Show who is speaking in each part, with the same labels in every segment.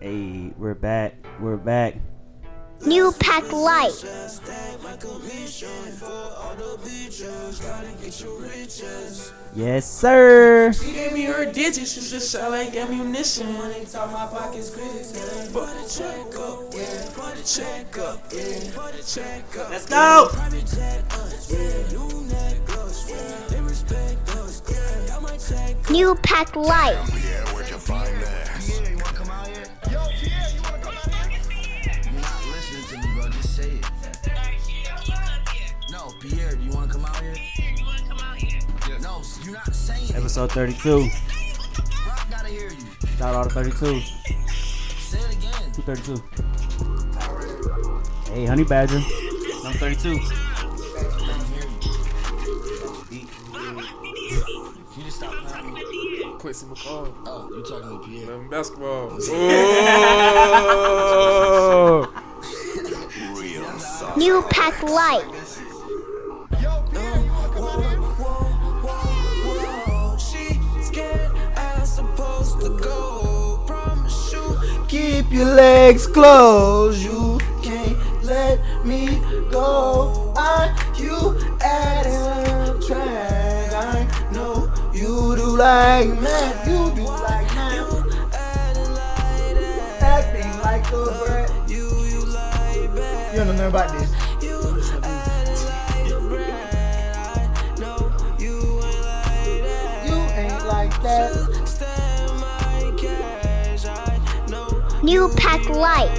Speaker 1: Hey, we're back. We're back.
Speaker 2: New Pack Light.
Speaker 1: Yes, sir.
Speaker 3: She gave me her digits, she just sound like ammunition. Money top my pockets critical. For the check oh. up, yeah. For the check up, yeah. For the check up.
Speaker 1: Let's go.
Speaker 2: New Pack Light.
Speaker 4: Yeah, where'd you find that?
Speaker 5: You're not listening to me, bro. Just say it. No, Pierre, do you want to come out here? No, s- you're not saying it.
Speaker 1: Episode 32.
Speaker 5: Rock gotta hear you.
Speaker 1: Shout out to 32.
Speaker 5: Say it again.
Speaker 1: 232. Hey, Honey Badger. I'm 32.
Speaker 5: I didn't hear you. He- Can you just stop playing with me?
Speaker 3: Quincy McCall.
Speaker 5: Oh, you talking to Pierre.
Speaker 3: Um, basketball. Oh.
Speaker 4: Real soft.
Speaker 2: New Pack Light.
Speaker 5: She scared I'm supposed to go. Promise you,
Speaker 6: Keep your legs closed. You can't let me go. Are you adding track? I know you do like man. You do like man. Acting like a brat. You you lie back. You don't know nothing about this. You ain't like that.
Speaker 2: New Pack Light.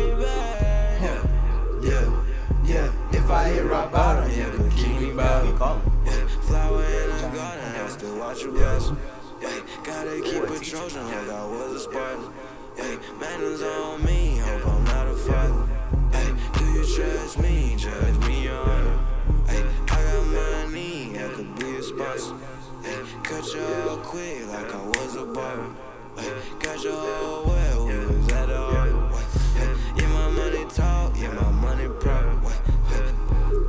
Speaker 5: yeah, yeah. If I hit rock bottom, yeah, the bikini bottom. Yeah, flower in a garden, yeah, still watch you blossom. Yeah, gotta keep a Trojan like I was a Spartan. Yeah, manners on me, hope I'm not a father. Hey, do you trust me? Judge me, your honor. Hey, I got money, I could be a sponsor. Hey, cut your all quick like I was a barber. Hey, got your whole well, we was at the harbor. uh, Hey, yeah, my money talk, yeah, my money proper.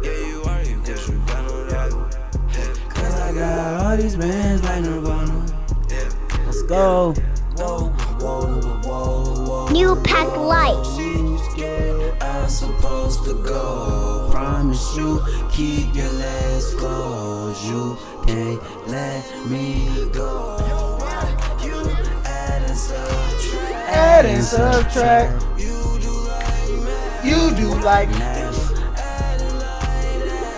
Speaker 5: Hey, yeah, you are you, cause you got no dollar. Hey, cause I got all these bands like Nirvana. Yeah.
Speaker 1: Let's go.
Speaker 5: Whoa, whoa, whoa, whoa.
Speaker 2: New Pack Light.
Speaker 5: She's scared I'm supposed to go. Promise you, keep your legs closed. You can't let me go. You add and subtract.
Speaker 6: add and subtract. You do like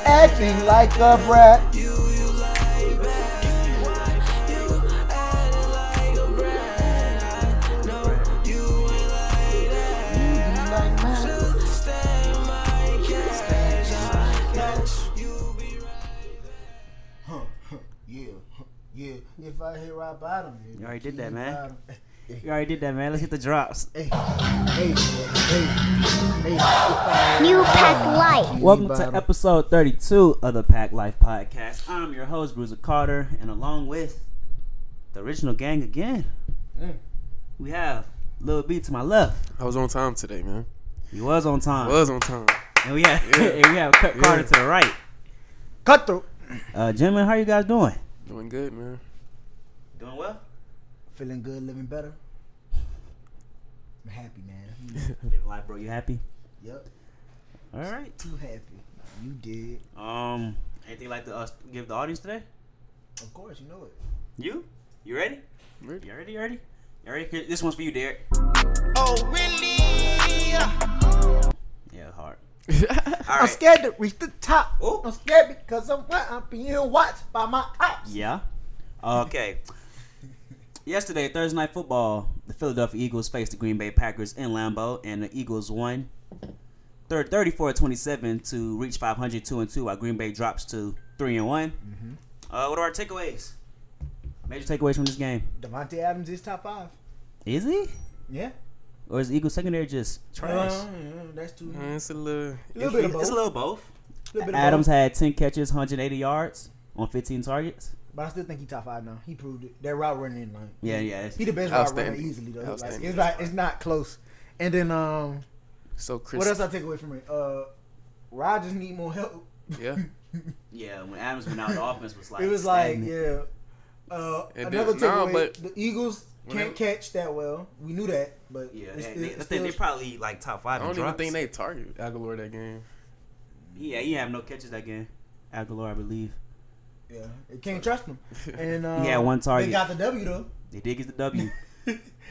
Speaker 6: acting like a brat. Yeah, yeah. If I hit rock bottom,
Speaker 1: You already did that, man.
Speaker 6: Bottom.
Speaker 1: You already did that, man. Let's hit the drops.
Speaker 6: Hey, hey, hey, hey.
Speaker 2: New Pack Light.
Speaker 1: Welcome to episode 32 of the Pack Life Podcast. I'm your host, Bruiser Carter, and along with the original gang again,
Speaker 6: Mm.
Speaker 1: we have Lil B to my left.
Speaker 3: I was on time today, man.
Speaker 1: He was on time.
Speaker 3: Was on time.
Speaker 1: And we have,
Speaker 3: Yeah.
Speaker 1: and we have Kurt
Speaker 3: Yeah.
Speaker 1: Carter to the right.
Speaker 6: Cutthroat.
Speaker 1: Uh, gentlemen, how you guys doing?
Speaker 3: Doing good, man.
Speaker 1: Doing well.
Speaker 6: Feeling good, living better. I'm happy, man.
Speaker 1: Life, bro. You happy?
Speaker 6: yep,
Speaker 1: All right.
Speaker 6: too happy. You did.
Speaker 1: Um, anything you'd like to uh, give the audience today?
Speaker 6: Of course, you know it.
Speaker 1: You? You ready?
Speaker 3: Ready.
Speaker 1: You ready? You ready? You ready? Here, This one's for you, Derek.
Speaker 6: Oh, really?
Speaker 1: Yeah, hard.
Speaker 3: yeah.
Speaker 1: All
Speaker 6: I'm
Speaker 1: right.
Speaker 6: scared to reach the top.
Speaker 1: Ooh.
Speaker 6: I'm scared because I'm what I'm being watched by my cops.
Speaker 1: Yeah. Okay. Yesterday, Thursday night football, the Philadelphia Eagles faced the Green Bay Packers in Lambeau, and the Eagles won thir- 34-27 to reach 500 2 and 2 while Green Bay drops to 3 and one Uh, what are our takeaways? Major takeaways from this game.
Speaker 6: Devontae Adams is top five.
Speaker 1: Is he?
Speaker 6: Yeah.
Speaker 1: Or is the Eagles secondary just trash? Mm-hmm.
Speaker 6: Uh, that's too.
Speaker 3: Man, it's a little.
Speaker 6: Little bit of
Speaker 1: It's a
Speaker 6: both.
Speaker 1: little both.
Speaker 6: Little bit of
Speaker 1: Adams
Speaker 6: both.
Speaker 1: had 10 catches, 180 yards on 15 targets.
Speaker 6: But I still think he top five now. He proved it. That route running line.
Speaker 1: Yeah, yeah. it's-
Speaker 6: He the best route runner
Speaker 3: Outstanding.
Speaker 6: easily though. Like,
Speaker 3: Outstanding.
Speaker 6: it's like it's not close. And then um,
Speaker 3: So crisp.
Speaker 6: what else I take away from it? Uh, Rodgers need more help.
Speaker 3: Yeah.
Speaker 1: Yeah, when Adams went out, the offense was like.
Speaker 6: it was like
Speaker 1: stagnant.
Speaker 6: yeah. Uh,
Speaker 3: It
Speaker 6: another
Speaker 3: did- nah,
Speaker 6: takeaway:
Speaker 3: but-
Speaker 6: the Eagles Can't catch that well. We knew that, but
Speaker 1: Yeah,
Speaker 6: it's
Speaker 1: they,
Speaker 6: still-
Speaker 1: they,
Speaker 6: it's
Speaker 1: I think they
Speaker 6: still-
Speaker 1: probably like top five.
Speaker 3: I don't
Speaker 1: in
Speaker 3: even
Speaker 1: drops.
Speaker 3: think they target Aguilar that game.
Speaker 1: Yeah, he have no catches that game. Aguilar, I believe.
Speaker 6: yeah, they can't trust them. And um,
Speaker 1: He had one target.
Speaker 6: They got the W though.
Speaker 1: They did get the W.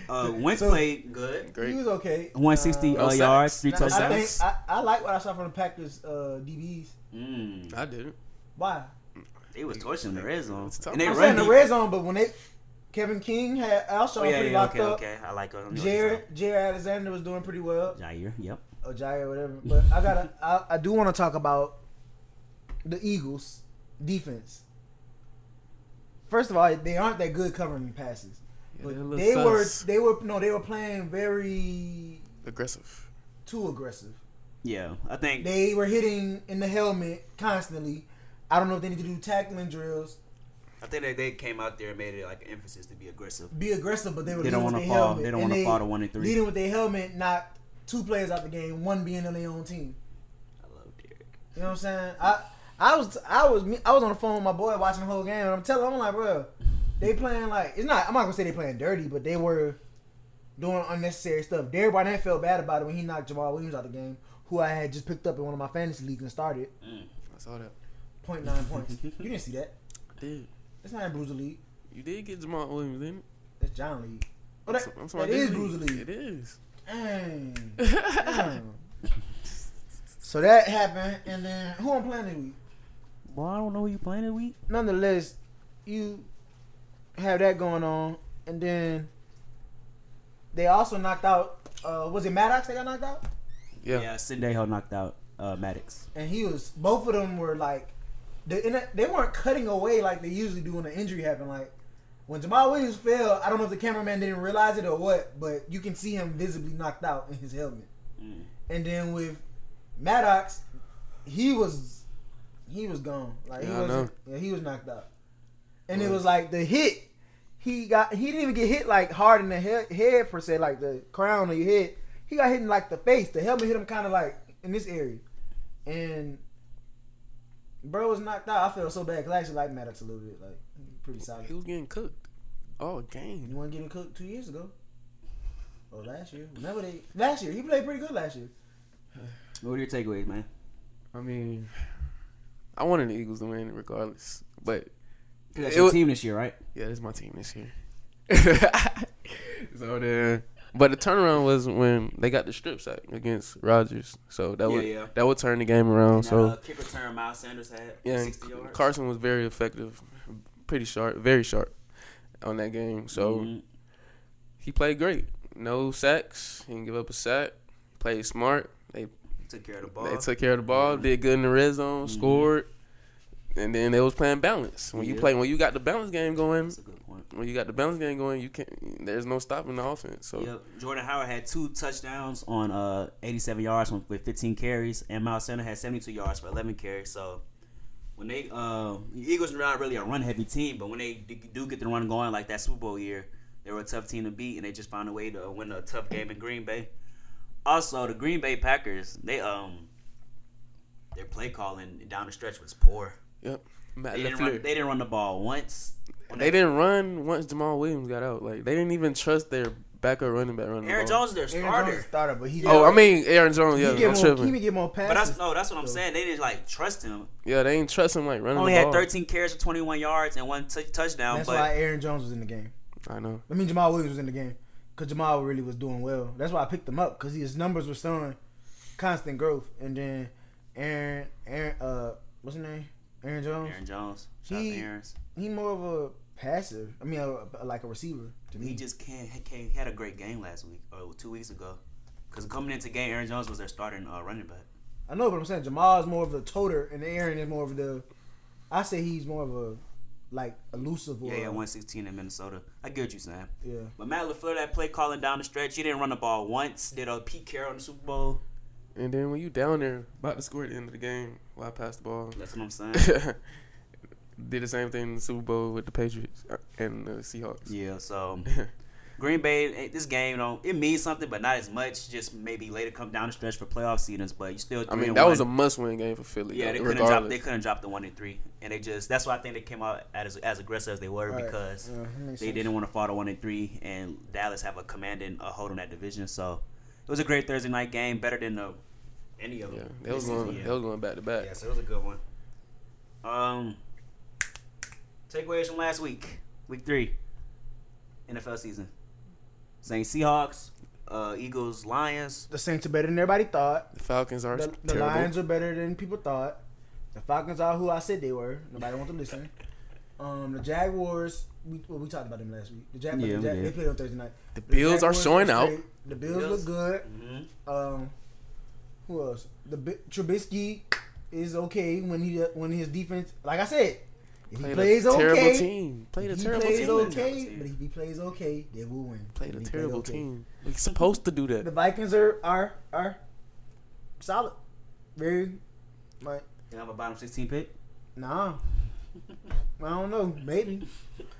Speaker 1: uh, Wentz
Speaker 6: So-
Speaker 1: played good.
Speaker 6: He
Speaker 3: Great.
Speaker 6: was okay. Uh,
Speaker 1: 160
Speaker 3: No
Speaker 1: uh,
Speaker 3: sacks.
Speaker 1: yards, three
Speaker 3: No
Speaker 6: I think
Speaker 1: touchdowns.
Speaker 6: I, I like what I saw from the Packers uh, DBs.
Speaker 1: Mm,
Speaker 3: I didn't.
Speaker 6: Why?
Speaker 1: they was torching the red zone.
Speaker 3: It's tough.
Speaker 1: And they
Speaker 6: I'm
Speaker 1: run
Speaker 6: saying
Speaker 1: the
Speaker 6: the red zone, but when they Kevin King had Alshon
Speaker 1: Oh, yeah,
Speaker 6: pretty
Speaker 1: yeah,
Speaker 6: locked
Speaker 1: okay,
Speaker 6: up.
Speaker 1: okay. I like him.
Speaker 6: Jared Jared Alexander was doing pretty well.
Speaker 1: Jair, yep.
Speaker 6: or Jair, whatever. But I gotta, I, I do want to talk about the Eagles' defense. First of all, they aren't that good covering passes. But
Speaker 3: they're a little
Speaker 6: they were,
Speaker 3: sus.
Speaker 6: they were no, they were playing very
Speaker 3: Aggressive.
Speaker 6: too aggressive.
Speaker 1: Yeah, I think
Speaker 6: They were hitting in the helmet constantly. I don't know if they need to do tackling drills.
Speaker 1: I think that they came out there and made it like an emphasis to be aggressive.
Speaker 6: Be aggressive, but they were
Speaker 1: They don't
Speaker 6: leading with
Speaker 1: wanna
Speaker 6: their
Speaker 1: fall-
Speaker 6: helmet,
Speaker 1: they don't
Speaker 6: and
Speaker 1: wanna fall to one and three.
Speaker 6: Leading with their helmet, not two players out the game, one being on their own team.
Speaker 1: I love Derek.
Speaker 6: You know what I'm saying? I I was I was me- I was on the phone with my boy watching the whole game, and I'm telling I'm like, bro, they playing like it's not. I'm not gonna say they playing dirty, but they were doing unnecessary stuff. Derek Barnett felt bad about it when he knocked Jamal Williams out the game, who I had just picked up in one of my fantasy leagues and started
Speaker 3: I saw that.
Speaker 6: 0.9 points. you didn't see that?
Speaker 3: I did.
Speaker 6: That's not in Bruiser League.
Speaker 3: You did get Jamal Williams, didn't you?
Speaker 6: That's John League. Oh, that,
Speaker 3: I'm sorry,
Speaker 6: that is
Speaker 3: didn't you?
Speaker 6: Bruiser League.
Speaker 3: It is.
Speaker 6: Dang. Damn. so that happened, and then who I'm playing this week?
Speaker 1: Well, I don't know who you playing this week.
Speaker 6: nonetheless, you have that going on, and then they also knocked out. Uh, was it Maddox that got knocked out?
Speaker 3: Yeah.
Speaker 1: Yeah, Sendejo knocked out uh, Maddox.
Speaker 6: And he was. Both of them were like, they and they weren't cutting away like they usually do when an injury happened. Like when Jamal Williams fell, I don't know if the cameraman didn't realize it or what, but you can see him visibly knocked out in his helmet. And then with Maddox, he was he was gone. Like
Speaker 3: Yeah,
Speaker 6: he
Speaker 3: I
Speaker 6: wasn't, yeah, he was knocked out. And it was like the hit he got he didn't even get hit like hard in the he- head per se, like the crown of your head. He got hit in like the face. The helmet hit him kind of like in this area, and bro was knocked out. I felt so bad because I actually like Maddox a little bit, like pretty solid.
Speaker 3: He was getting cooked all
Speaker 6: You
Speaker 3: game.
Speaker 6: want to get him cooked two years ago, or last year? Remember they last year he played pretty good last year.
Speaker 1: What are your takeaways, man?
Speaker 3: I mean, I wanted the Eagles to win regardless, but
Speaker 1: 'Cause That's
Speaker 3: It
Speaker 1: your
Speaker 3: wa-
Speaker 1: team this year, right?
Speaker 3: Yeah, this is my team this year. so then, but the turnaround was when they got the strip sack against Rodgers. So that
Speaker 1: Yeah,
Speaker 3: would
Speaker 1: yeah.
Speaker 3: that would turn the game around.
Speaker 1: That,
Speaker 3: so
Speaker 1: uh, kick return Miles Sanders had
Speaker 3: yeah,
Speaker 1: 60
Speaker 3: and
Speaker 1: yards.
Speaker 3: Carson was very effective, pretty sharp, very sharp on that game. So
Speaker 1: Mhm.
Speaker 3: he played great. No sacks. He didn't give up a sack. Played smart. They
Speaker 1: took care of the ball. Mm-hmm.
Speaker 3: they took care of the ball. Did good in the red zone. Scored. And then they was playing balance. When you
Speaker 1: Yeah.
Speaker 3: play, when you got the balance game going,
Speaker 1: That's a good point.
Speaker 3: when you got the balance game going, you can't. There's no stopping the offense. So
Speaker 1: Yep. Jordan Howard had two touchdowns on uh, 87 yards on- with 15 carries, and Miles Sanders had 72 yards for 11 carries. So when they uh, the Eagles are not really a run heavy team, but when they d- do get the run going, like that Super Bowl year, they were a tough team to beat, and they just found a way to win a tough game in Green Bay. Also, the Green Bay Packers, they um, their play calling down the stretch was poor.
Speaker 3: yep, Matt
Speaker 1: They didn't,
Speaker 3: LaFleur.
Speaker 1: run, they didn't run the ball once. When
Speaker 3: they didn't run once Jamal Williams got out. Like they didn't even trust their backup running back running. the
Speaker 1: Aaron
Speaker 3: ball.
Speaker 1: Jones is their
Speaker 6: Aaron
Speaker 1: starter.
Speaker 6: Jones starter, but he
Speaker 3: Oh, I mean Aaron Jones. Yeah,
Speaker 6: he get
Speaker 3: I'm
Speaker 6: more, he
Speaker 3: tripping.
Speaker 6: be get more
Speaker 1: But that's
Speaker 6: passes.
Speaker 1: no, that's what I'm saying. They didn't like trust him.
Speaker 3: Yeah, they ain't trust him like running
Speaker 1: Only
Speaker 3: the
Speaker 1: had
Speaker 3: ball.
Speaker 1: 13 carries for 21 yards and one t- touchdown.
Speaker 6: That's
Speaker 1: but
Speaker 6: why Aaron Jones was in the game.
Speaker 3: I know.
Speaker 6: I mean Jamal Williams was in the game because Jamal really was doing well. That's why I picked him up because his numbers were showing constant growth. And then Aaron, Aaron, uh, what's his name? Aaron Jones.
Speaker 1: Aaron Jones, shout out
Speaker 6: He-
Speaker 1: to Aaron's.
Speaker 6: He more of a passive. I mean, a, a- like a receiver to me.
Speaker 1: He just can't. He, can't, he had a great game last week or two weeks ago. Because coming into game, Aaron Jones was their starting uh, running back.
Speaker 6: I know, but I'm saying Jamal is more of the toter, and Aaron is more of the. I say he's more of a like elusive. Or,
Speaker 1: Yeah, yeah, 116 in Minnesota. I get what you saying.
Speaker 6: yeah.
Speaker 1: But Matt Lafleur, that play calling down the stretch, he didn't run the ball once. Did a Pete Carroll in the Super Bowl?
Speaker 3: And then when you down there about to score at the end of the game, why pass the ball?
Speaker 1: That's what I'm saying.
Speaker 3: Did the same thing in the Super Bowl with the Patriots uh, and the Seahawks.
Speaker 1: yeah, so Green Bay, eh, this game, don't it means something, but not as much. Just maybe later come down the stretch for playoff seasons, but you still.
Speaker 3: I
Speaker 1: three
Speaker 3: mean,
Speaker 1: and
Speaker 3: that was a
Speaker 1: one.
Speaker 3: must-win game for Philly.
Speaker 1: Yeah,
Speaker 3: though,
Speaker 1: they couldn't
Speaker 3: regardless.
Speaker 1: drop. They couldn't drop the one and three, and they just. That's why I think they came out as as aggressive as they were
Speaker 6: Right.
Speaker 1: because
Speaker 6: Yeah, that makes
Speaker 1: they
Speaker 6: sense.
Speaker 1: didn't want to fall to one and three, and Dallas have a commanding a hold on that division. So it was a great Thursday night game, better than the any of
Speaker 3: yeah,
Speaker 1: them.
Speaker 3: they was
Speaker 1: this season,
Speaker 3: going.
Speaker 1: yeah.
Speaker 3: They was going back to back.
Speaker 1: Yeah, so it was a good one. Um, takeaways from last week, week three, NFL season. Saying Seahawks, uh, Eagles, Lions.
Speaker 6: The Saints are better than everybody thought.
Speaker 3: The Falcons are
Speaker 6: The, the
Speaker 3: terrible.
Speaker 6: Lions are better than people thought. The Falcons are who I said they were. Nobody wants to listen. Um, the Jaguars. We, well, we talked about them last week. The Jaguars.
Speaker 1: Yeah,
Speaker 6: the
Speaker 1: we
Speaker 6: Jag-
Speaker 1: did.
Speaker 6: they played on Thursday night.
Speaker 3: the Bills are
Speaker 6: Jaguars
Speaker 3: showing out.
Speaker 6: straight. The Bills look good.
Speaker 1: Mm-hmm.
Speaker 6: Um, who else? The Bi- Trubisky is okay when he when his defense. Like I said, if he
Speaker 3: Played
Speaker 6: plays
Speaker 3: a
Speaker 6: okay,
Speaker 3: terrible team. Played a
Speaker 6: if he
Speaker 3: terrible
Speaker 6: plays
Speaker 3: team.
Speaker 6: okay,
Speaker 1: Terrible team.
Speaker 6: but if he plays okay, they will win.
Speaker 3: Played
Speaker 6: If
Speaker 3: a
Speaker 6: he
Speaker 3: terrible
Speaker 6: okay.
Speaker 3: team. We're supposed to do
Speaker 6: The
Speaker 3: that.
Speaker 6: Vikings are are are solid. Very, like
Speaker 1: You have a bottom sixteen pick.
Speaker 6: nah. I don't know. Maybe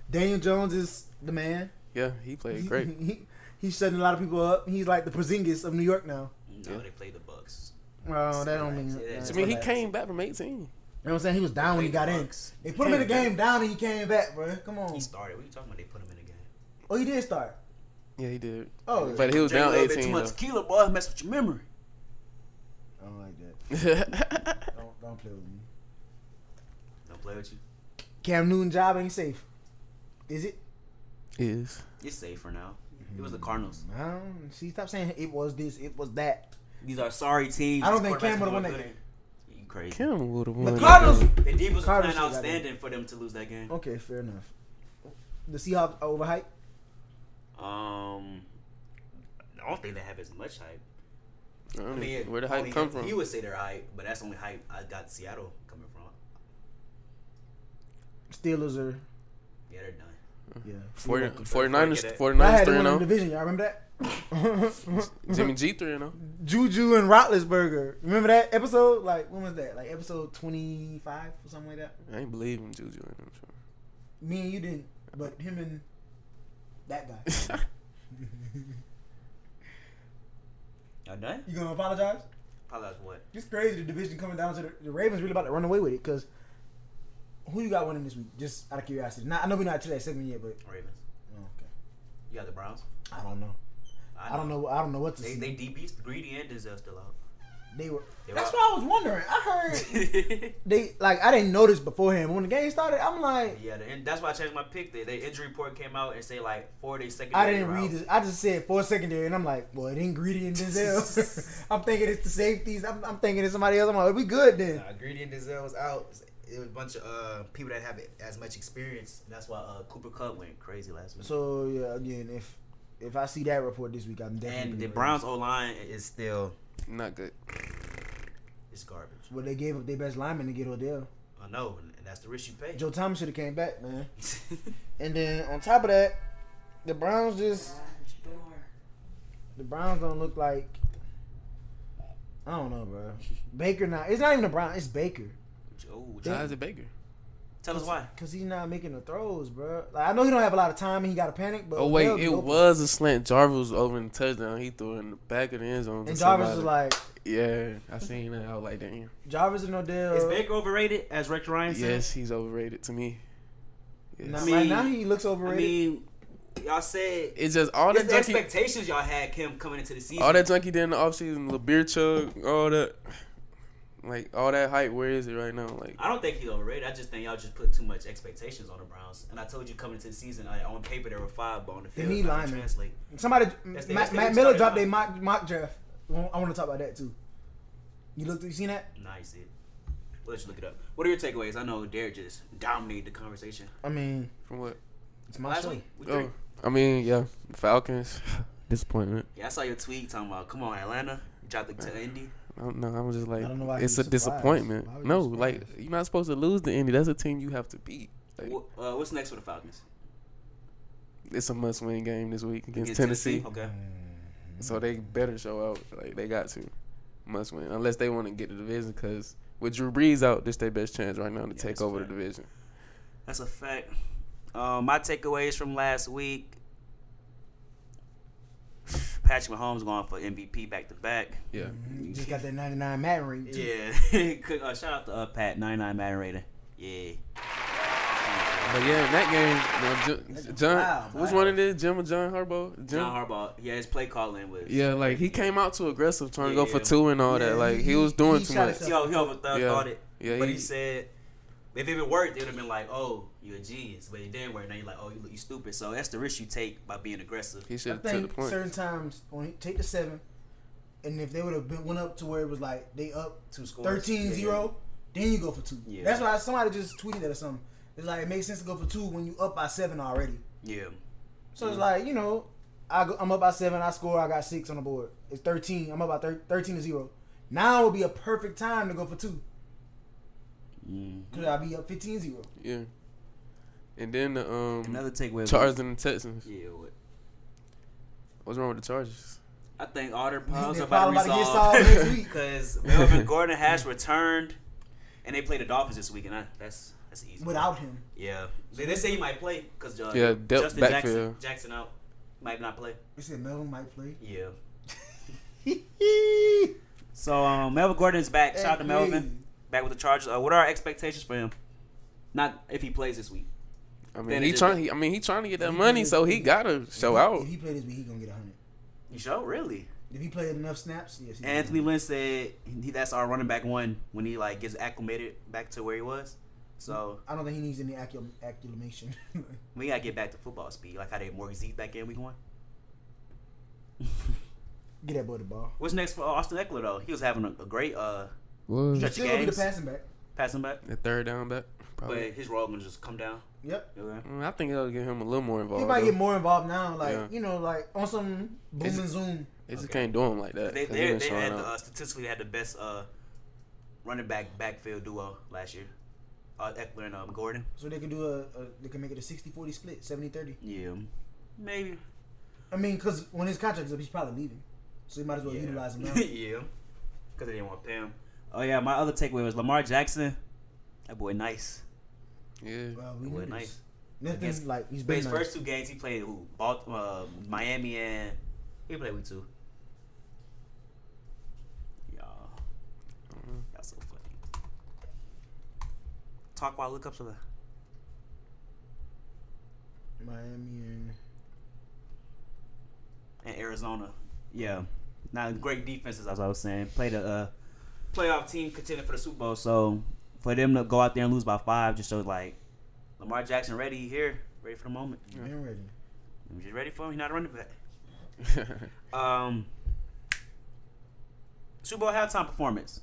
Speaker 6: Daniel Jones is the man.
Speaker 3: Yeah, he played
Speaker 6: He-
Speaker 3: great.
Speaker 6: he- he's shutting a lot of people up. He's like the Porzingis of New York now.
Speaker 1: No, they played the Bucks.
Speaker 6: Oh, that don't mean.
Speaker 1: Yeah,
Speaker 3: I
Speaker 1: it's
Speaker 6: that's
Speaker 3: mean, he
Speaker 6: bad.
Speaker 3: came back from 18.
Speaker 6: You know what I'm saying? He was down when he got in.
Speaker 1: Bucks.
Speaker 6: They put him in the game down and he came back, bro. Come on.
Speaker 1: He started. What are you talking about? They put him in the game.
Speaker 6: Oh, he did start.
Speaker 3: Yeah, he did.
Speaker 6: Oh,
Speaker 3: But he was
Speaker 1: Drink
Speaker 3: down
Speaker 1: a little bit
Speaker 3: 18.
Speaker 1: Too much tequila, boy. Mess with your memory.
Speaker 6: I don't like that.
Speaker 3: though.
Speaker 6: Don't, don't play with me.
Speaker 1: Don't play with you.
Speaker 6: Cam Newton job ain't safe. Is it?
Speaker 3: Is
Speaker 1: It's safe for now. It was the Cardinals.
Speaker 6: I don't. See, stop saying it was this, it was that.
Speaker 1: These are sorry teams.
Speaker 6: I don't
Speaker 1: These
Speaker 6: think Cam
Speaker 1: quarterbacks
Speaker 6: would've won
Speaker 1: look
Speaker 6: that
Speaker 1: good. You crazy.
Speaker 3: Cam would have won.
Speaker 6: The
Speaker 3: that
Speaker 6: Cardinals.
Speaker 3: game.
Speaker 1: The defense was
Speaker 6: Cardinals
Speaker 1: playing
Speaker 6: should have got
Speaker 1: outstanding for them to lose that game.
Speaker 6: Okay, fair enough. The Seahawks are overhyped.
Speaker 1: Um, I don't think they have as much hype.
Speaker 3: I
Speaker 1: I
Speaker 3: don't
Speaker 1: mean,
Speaker 3: even- Where
Speaker 6: Oh,
Speaker 3: the hype
Speaker 1: only-
Speaker 3: come from?
Speaker 1: You would say they're hype, but that's the only hype I got Seattle coming from.
Speaker 6: Steelers are.
Speaker 1: Yeah, they're done.
Speaker 6: Yeah.
Speaker 3: 40
Speaker 6: Welcome.
Speaker 3: 49ers,
Speaker 1: Forget it.
Speaker 3: 49ers,
Speaker 6: I
Speaker 3: 3
Speaker 6: had to win the
Speaker 3: 0.
Speaker 6: division. Y'all remember that?
Speaker 3: oh. Jimmy G oh. 3 0.
Speaker 6: Juju and Roethlisberger. Remember that episode? Like when was that? Like episode twenty five or something like that.
Speaker 3: I ain't believe in Juju. I'm
Speaker 6: Me and you didn't, but him and that guy.
Speaker 3: sure.
Speaker 1: Y'all done?
Speaker 6: You gonna apologize?
Speaker 1: Probably like what?
Speaker 6: It's crazy the division coming down to the, the Ravens really about to run away with it because who you got winning this week? Just out of curiosity. Not, I know we're not to that segment yet, but
Speaker 1: Ravens.
Speaker 6: oh, okay.
Speaker 1: You got the Browns.
Speaker 6: I don't know. I don't know. I don't know what to
Speaker 1: They,
Speaker 6: say.
Speaker 1: they
Speaker 6: They,
Speaker 1: DBs, greedy and Denzel still out.
Speaker 6: were.
Speaker 1: They
Speaker 6: That's
Speaker 1: were-
Speaker 6: what I was wondering. I heard
Speaker 1: yeah,
Speaker 6: they like I didn't notice beforehand when the game started. I'm like
Speaker 1: the- and that's why I changed my pick. They, they injury report came out and say like four days second.
Speaker 6: I didn't read this. I just said four secondary, and I'm like, well, it ain't greedy and Denzel. I'm thinking it's the safeties. I'm, I'm thinking it's somebody else. I'm like, we good then.
Speaker 1: Uh, Greedy and Denzel was out. It was a bunch of uh, people that have as much experience. That's why uh, Cooper Cup went crazy last week.
Speaker 6: So yeah, again, if if I see that report this week, I'm definitely.
Speaker 1: and the
Speaker 6: ready.
Speaker 1: Browns O line is still
Speaker 3: Not good.
Speaker 1: it's garbage.
Speaker 6: Well, they gave up their best lineman to get Odell.
Speaker 1: I know, and that's the risk you pay.
Speaker 6: Joe Thomas should have came back, man. And then on top of that, the Browns just the Browns don't look like I don't know, bro. Baker now it's not even the Browns, it's Baker
Speaker 1: Joe,
Speaker 3: Why
Speaker 1: Joe,
Speaker 3: is it Baker?
Speaker 1: tell us why.
Speaker 6: because he's not making the throws, bro. Like I know he don't have a lot of time and he got to panic, but
Speaker 3: Oh wait,
Speaker 6: Odell be
Speaker 3: it
Speaker 6: open.
Speaker 3: was a slant. Jarvis over in the touchdown. He threw it in the back of the end zone. to
Speaker 6: And Jarvis was
Speaker 3: somebody.
Speaker 6: like
Speaker 3: "Yeah, I seen that. I was like, damn.
Speaker 6: Jarvis and Odell.
Speaker 1: Is Baker overrated, as Rex Ryan said?
Speaker 3: Yes, he's overrated to me. Yes.
Speaker 6: Nah,
Speaker 1: I mean-
Speaker 6: right now he looks
Speaker 1: I
Speaker 6: overrated.
Speaker 1: mean, y'all said
Speaker 3: It's just all
Speaker 1: it's
Speaker 3: that
Speaker 1: the
Speaker 3: junk. He,
Speaker 1: expectations y'all had him coming into the season.
Speaker 3: all that junk he did in the offseason, little beer chug, all that, like all that hype. Where is it right now? Like,
Speaker 1: I don't think he's overrated. I just think y'all just put too much expectations on the Browns. And I told you coming into the season, I, on paper there were five, but on the field,
Speaker 6: need
Speaker 1: not
Speaker 6: linemen.
Speaker 1: translate.
Speaker 6: Somebody,
Speaker 1: the-
Speaker 6: Matt,
Speaker 1: that's the
Speaker 6: Matt
Speaker 1: next
Speaker 6: Miller
Speaker 1: starting
Speaker 6: dropped
Speaker 1: line.
Speaker 6: their mock, mock draft. I want to talk about that too. You looked, you seen that?
Speaker 1: Nice it. We'll let you look it up. What are your takeaways? I know Derek just dominated the conversation
Speaker 6: I mean,
Speaker 3: from what?
Speaker 6: it's my
Speaker 1: last
Speaker 6: show.
Speaker 1: week. week three.
Speaker 3: Oh, I mean, yeah, Falcons. Disappointment.
Speaker 1: Yeah, I saw your tweet talking about come on Atlanta, drop the to Indy.
Speaker 3: I don't know. I was just like,
Speaker 6: don't know why
Speaker 3: it's
Speaker 6: he
Speaker 3: a
Speaker 6: was surprised.
Speaker 3: disappointment.
Speaker 6: Why was he
Speaker 3: No,
Speaker 6: surprised?
Speaker 3: like you're not supposed to lose the Indy. That's a team you have to beat. Like,
Speaker 1: Wh- Uh, what's next for the Falcons?
Speaker 3: it's a must-win game this week against
Speaker 1: Against
Speaker 3: Tennessee,
Speaker 1: Okay.
Speaker 3: so they better show out. Like they got to, must-win unless they want to get the division. Because with Drew Brees out, this their best chance right now to take
Speaker 1: that's
Speaker 3: over
Speaker 1: fair.
Speaker 3: the division.
Speaker 1: Uh, That's a fact. Um, my takeaways from last week Patrick Mahomes going for MVP back to back.
Speaker 3: Yeah.
Speaker 6: You just got that 99 Madden ring, too.
Speaker 1: Yeah. uh, shout out to uh, Pat 99 Madden Raider. Yeah.
Speaker 3: But yeah, in that game, you know, Ju- John,
Speaker 6: wild,
Speaker 3: which
Speaker 6: man.
Speaker 3: one it is? Jim or John Harbaugh? Jim?
Speaker 1: John Harbaugh. Yeah, his play calling was.
Speaker 3: Yeah, like he came out too aggressive, trying to go for
Speaker 1: Yeah.
Speaker 3: two and all
Speaker 6: Yeah,
Speaker 3: that. Like
Speaker 6: he-
Speaker 3: he was doing
Speaker 6: he
Speaker 3: too
Speaker 6: shot
Speaker 3: much.
Speaker 1: He, all- he overthought
Speaker 3: Yeah.
Speaker 1: thought it.
Speaker 3: Yeah,
Speaker 1: but he,
Speaker 3: he-
Speaker 1: said, if it worked, it would have been like, oh, you're a genius. But it didn't work. Now you're like, oh, you, you stupid. So that's the risk you take by being aggressive.
Speaker 3: He
Speaker 6: I
Speaker 3: should have took the
Speaker 6: think
Speaker 3: point.
Speaker 6: certain times when you take the seven, and if they would have been went up to where it was like they up
Speaker 1: Two scores.
Speaker 6: 13 0, then you go for two.
Speaker 1: Yeah.
Speaker 6: That's why somebody just tweeted that or something. It's like it makes sense to go for two when you up by seven already.
Speaker 1: Yeah.
Speaker 6: So it's like, you know, I go, I'm up by seven, I score, I got six on the board. It's 13, I'm up by thir- 13 to zero. Now would be a perfect time to go for two.
Speaker 1: Mm.
Speaker 6: Because I'll be up 15 0.
Speaker 3: Yeah. And then the um
Speaker 1: Another takeaway. was-
Speaker 3: Chargers and the Texans.
Speaker 1: Yeah. What?
Speaker 3: What's wrong with the Chargers?
Speaker 1: I think all their problems
Speaker 6: They
Speaker 1: are about to
Speaker 6: probably
Speaker 1: resolve.
Speaker 6: about to get solved next week.
Speaker 1: Because Melvin Gordon has returned, and they play the Dolphins this week, and I, that's that's easy.
Speaker 6: Without him.
Speaker 1: Yeah. They, they say he might play because uh,
Speaker 3: Yeah, depth
Speaker 1: Justin Jackson,
Speaker 3: backfield.
Speaker 1: Jackson out. Might not play.
Speaker 6: They said Melvin might play.
Speaker 1: Yeah.
Speaker 6: Shout
Speaker 1: So um, Melvin Gordon is back. Shout out to Melvin. Back with the Chargers. Uh, what are our expectations for him? Not if he plays this week.
Speaker 3: I mean,
Speaker 1: Then it
Speaker 3: he
Speaker 1: just-
Speaker 3: trying. He, I mean, he trying to get that money, so he gotta show out.
Speaker 6: If he played this week, he going to get 100.
Speaker 1: You sure? Really?
Speaker 6: If he played enough snaps, yes. he gonna
Speaker 1: Anthony
Speaker 6: get
Speaker 1: Lynn said he, that's our running back one when he like gets acclimated back to where he was. So
Speaker 6: 100. I don't think he needs any accum- acclimation.
Speaker 1: we gotta get back to football speed, like how they had Morgan Zeke back in week one.
Speaker 6: get that boy the ball.
Speaker 1: What's next for Austin Eckler though? He was having a, a great uh
Speaker 3: Was
Speaker 1: Stretch
Speaker 6: Still gonna be the
Speaker 1: games,
Speaker 6: passing back.
Speaker 1: passing back,
Speaker 3: the third down back?
Speaker 1: but
Speaker 3: Probably.
Speaker 1: his role gonna just come down.
Speaker 6: Yep.
Speaker 1: Okay.
Speaker 3: Mm, I think it'll get him a little more
Speaker 6: He
Speaker 3: involved.
Speaker 6: might
Speaker 3: though.
Speaker 6: get more involved now, like
Speaker 3: Yeah.
Speaker 6: you know, like on some boom
Speaker 3: Is it-
Speaker 6: and zoom.
Speaker 3: They just
Speaker 1: Okay.
Speaker 3: can't do him like that.
Speaker 1: They
Speaker 3: 'cause
Speaker 1: they,
Speaker 3: he been
Speaker 1: they
Speaker 3: showing
Speaker 1: had the,
Speaker 3: out.
Speaker 1: uh, statistically had the best uh running back backfield duo last year. Uh, Eckler and um, Gordon.
Speaker 6: So they could do a, a they can make it a 60-40 split, 70-30.
Speaker 1: Yeah, maybe.
Speaker 6: I mean, because when his contract is up, he's probably leaving, so he might as well utilize him now.
Speaker 1: yeah, because they didn't want to pay him. Oh yeah, my other takeaway was Lamar Jackson. That boy nice.
Speaker 3: yeah.
Speaker 6: Well, we
Speaker 1: That boy
Speaker 6: knew
Speaker 1: nice.
Speaker 6: this. Nothing
Speaker 1: Against-
Speaker 6: like he's
Speaker 1: But
Speaker 6: been
Speaker 1: his
Speaker 6: nice.
Speaker 1: first two games, he played who? Balt- uh, Miami and he played with two. Y'all, y'all so funny. Talk while I look up to the.
Speaker 6: Miami and
Speaker 1: and Arizona. Yeah, not great defenses, as I was saying. Played a uh, playoff team contending for the Super Bowl, so for them to go out there and lose by five just shows like Lamar Jackson ready here, ready for the moment.
Speaker 6: Man ready.
Speaker 1: I'm just ready for him. He's not a running back. Um, Super Bowl halftime performance.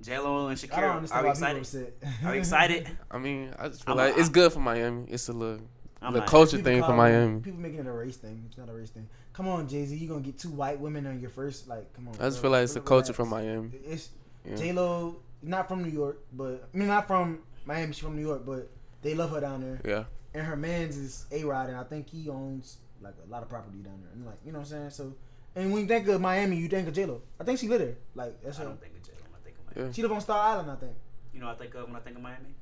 Speaker 1: J Lo and
Speaker 6: I don't
Speaker 1: Shakira. Are
Speaker 6: understand
Speaker 1: we
Speaker 6: why people
Speaker 1: excited?
Speaker 6: upset.
Speaker 1: Are we excited?
Speaker 3: I mean, I just feel
Speaker 1: I'm
Speaker 3: like
Speaker 1: not-
Speaker 3: it's good for Miami. It's a little,
Speaker 1: I'm
Speaker 3: little
Speaker 1: not.
Speaker 3: culture
Speaker 6: People
Speaker 3: thing for
Speaker 6: call-
Speaker 3: Miami.
Speaker 6: People making it a race thing. It's not a race thing. Come on, Jay Z, you gonna get two white women on your first? Like, come on.
Speaker 3: I just
Speaker 6: bro.
Speaker 3: feel like it's a
Speaker 6: Relax.
Speaker 3: culture for Miami.
Speaker 6: It's
Speaker 3: Yeah.
Speaker 6: J Lo, not from New York, but I mean, not from Miami. She's from New York, but they love her down there.
Speaker 3: Yeah.
Speaker 6: And her man's is A Rod, and I think he owns like a lot of property down there. And like, you know what I'm saying? So, and when you think of Miami, you think of J Lo. I think she lived there. Like, that's
Speaker 1: I
Speaker 6: her.
Speaker 1: don't think of J Lo. I think of Miami.
Speaker 3: Yeah.
Speaker 6: She live on Star Island, I think.
Speaker 1: You know, what I think of when I think of Miami.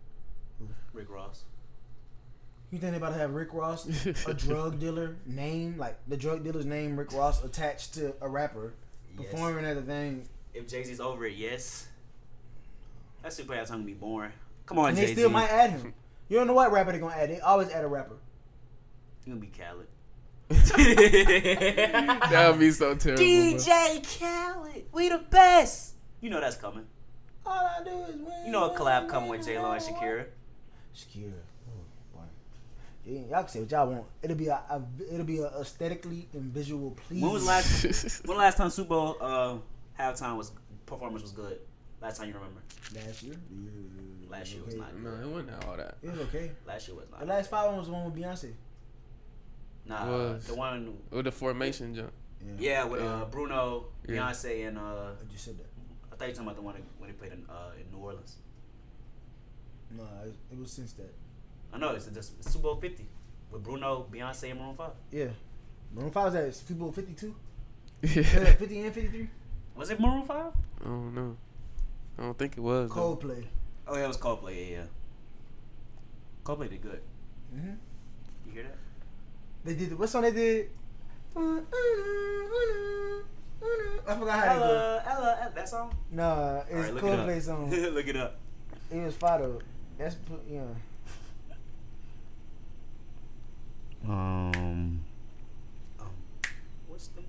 Speaker 1: Rick Ross.
Speaker 6: You think they about to have Rick Ross, a drug dealer name, like the drug dealer's name, Rick Ross, attached to a rapper
Speaker 1: Yes.
Speaker 6: performing at a thing,
Speaker 1: If Jay Z's over it, yes. That Super Bowl halftime gonna be boring. Come on,
Speaker 6: and
Speaker 1: Jay
Speaker 6: they
Speaker 1: Z.
Speaker 6: still might add him. You don't know what rapper they're gonna add. They always add a rapper.
Speaker 1: You gonna be Khaled.
Speaker 3: That would be so terrible. bro.
Speaker 1: Khaled, we the best. You know that's coming.
Speaker 6: All I do is win.
Speaker 1: You know a collab
Speaker 6: win,
Speaker 1: coming with
Speaker 6: win,
Speaker 1: J Lo and
Speaker 6: win.
Speaker 1: Shakira.
Speaker 6: Shakira. Oh, boy. Yeah, y'all can say what y'all want. It'll be a, a it'll be a aesthetically and visual pleasing.
Speaker 1: When was the last when the last time Super Bowl uh, halftime was performance was good? Last time you remember?
Speaker 6: Last year? Yeah,
Speaker 1: Last year was
Speaker 6: okay.
Speaker 1: not.
Speaker 3: No, it wasn't all that.
Speaker 6: It was okay.
Speaker 1: Last year was
Speaker 6: The
Speaker 1: not.
Speaker 6: last five one was the one with Beyonce.
Speaker 1: nah,
Speaker 3: was.
Speaker 1: the one.
Speaker 3: With the formation jump.
Speaker 1: Yeah, with
Speaker 3: Yeah.
Speaker 1: uh, Bruno,
Speaker 3: Yeah.
Speaker 1: Beyonce, and uh,
Speaker 6: I just said that.
Speaker 1: I thought you were talking about the one when they played in, uh, in New Orleans.
Speaker 6: No, it, it was since that.
Speaker 1: I know it's just it's Super Bowl Fifty with Bruno, Beyonce, and Maroon Five.
Speaker 6: Yeah. Maroon Five was at Super Bowl fifty two.
Speaker 3: Yeah.
Speaker 6: Fifty and fifty three.
Speaker 1: Was it Maroon Five?
Speaker 3: I don't know. I don't think it was. though.
Speaker 6: Coldplay.
Speaker 1: Oh yeah, it was Coldplay. Yeah, yeah. Coldplay did good.
Speaker 6: Mm-hmm.
Speaker 1: You hear that?
Speaker 6: They did what song they did? I forgot how to go.
Speaker 7: Ella, Ella, Ella, that song.
Speaker 6: Nah, it's
Speaker 7: Alright, look it up.
Speaker 6: Coldplay song.
Speaker 7: look it up.
Speaker 6: It was Fado. That's pl- yeah.
Speaker 7: Um. What's the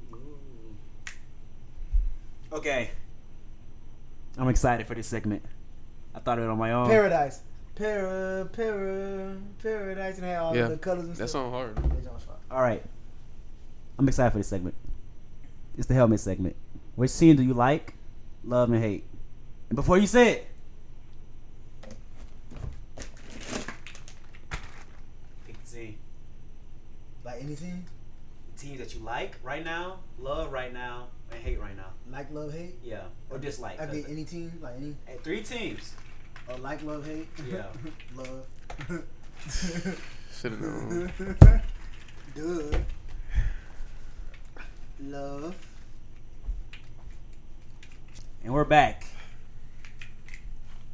Speaker 7: Okay. I'm excited for this segment. I thought of it on my
Speaker 3: Oh.
Speaker 7: own.
Speaker 6: Paradise. Para, para, paradise, and had all
Speaker 3: Yeah,
Speaker 6: the colors and
Speaker 3: That
Speaker 6: stuff.
Speaker 3: song hard.
Speaker 6: That song was fire.
Speaker 7: All right. I'm excited for this segment. It's the helmet segment. Which scene do you like, love, and hate? And before you say it, pick the scene.
Speaker 6: Like anything,
Speaker 7: Teams that you like right now, love right now, and hate right now.
Speaker 6: like love hate.
Speaker 7: Yeah, or dislike.
Speaker 6: I get any team, like any,
Speaker 7: Hey, three teams.
Speaker 6: or like love hate.
Speaker 7: Yeah.
Speaker 6: love.
Speaker 3: Should have known.
Speaker 6: Duh. Love.
Speaker 7: And we're back.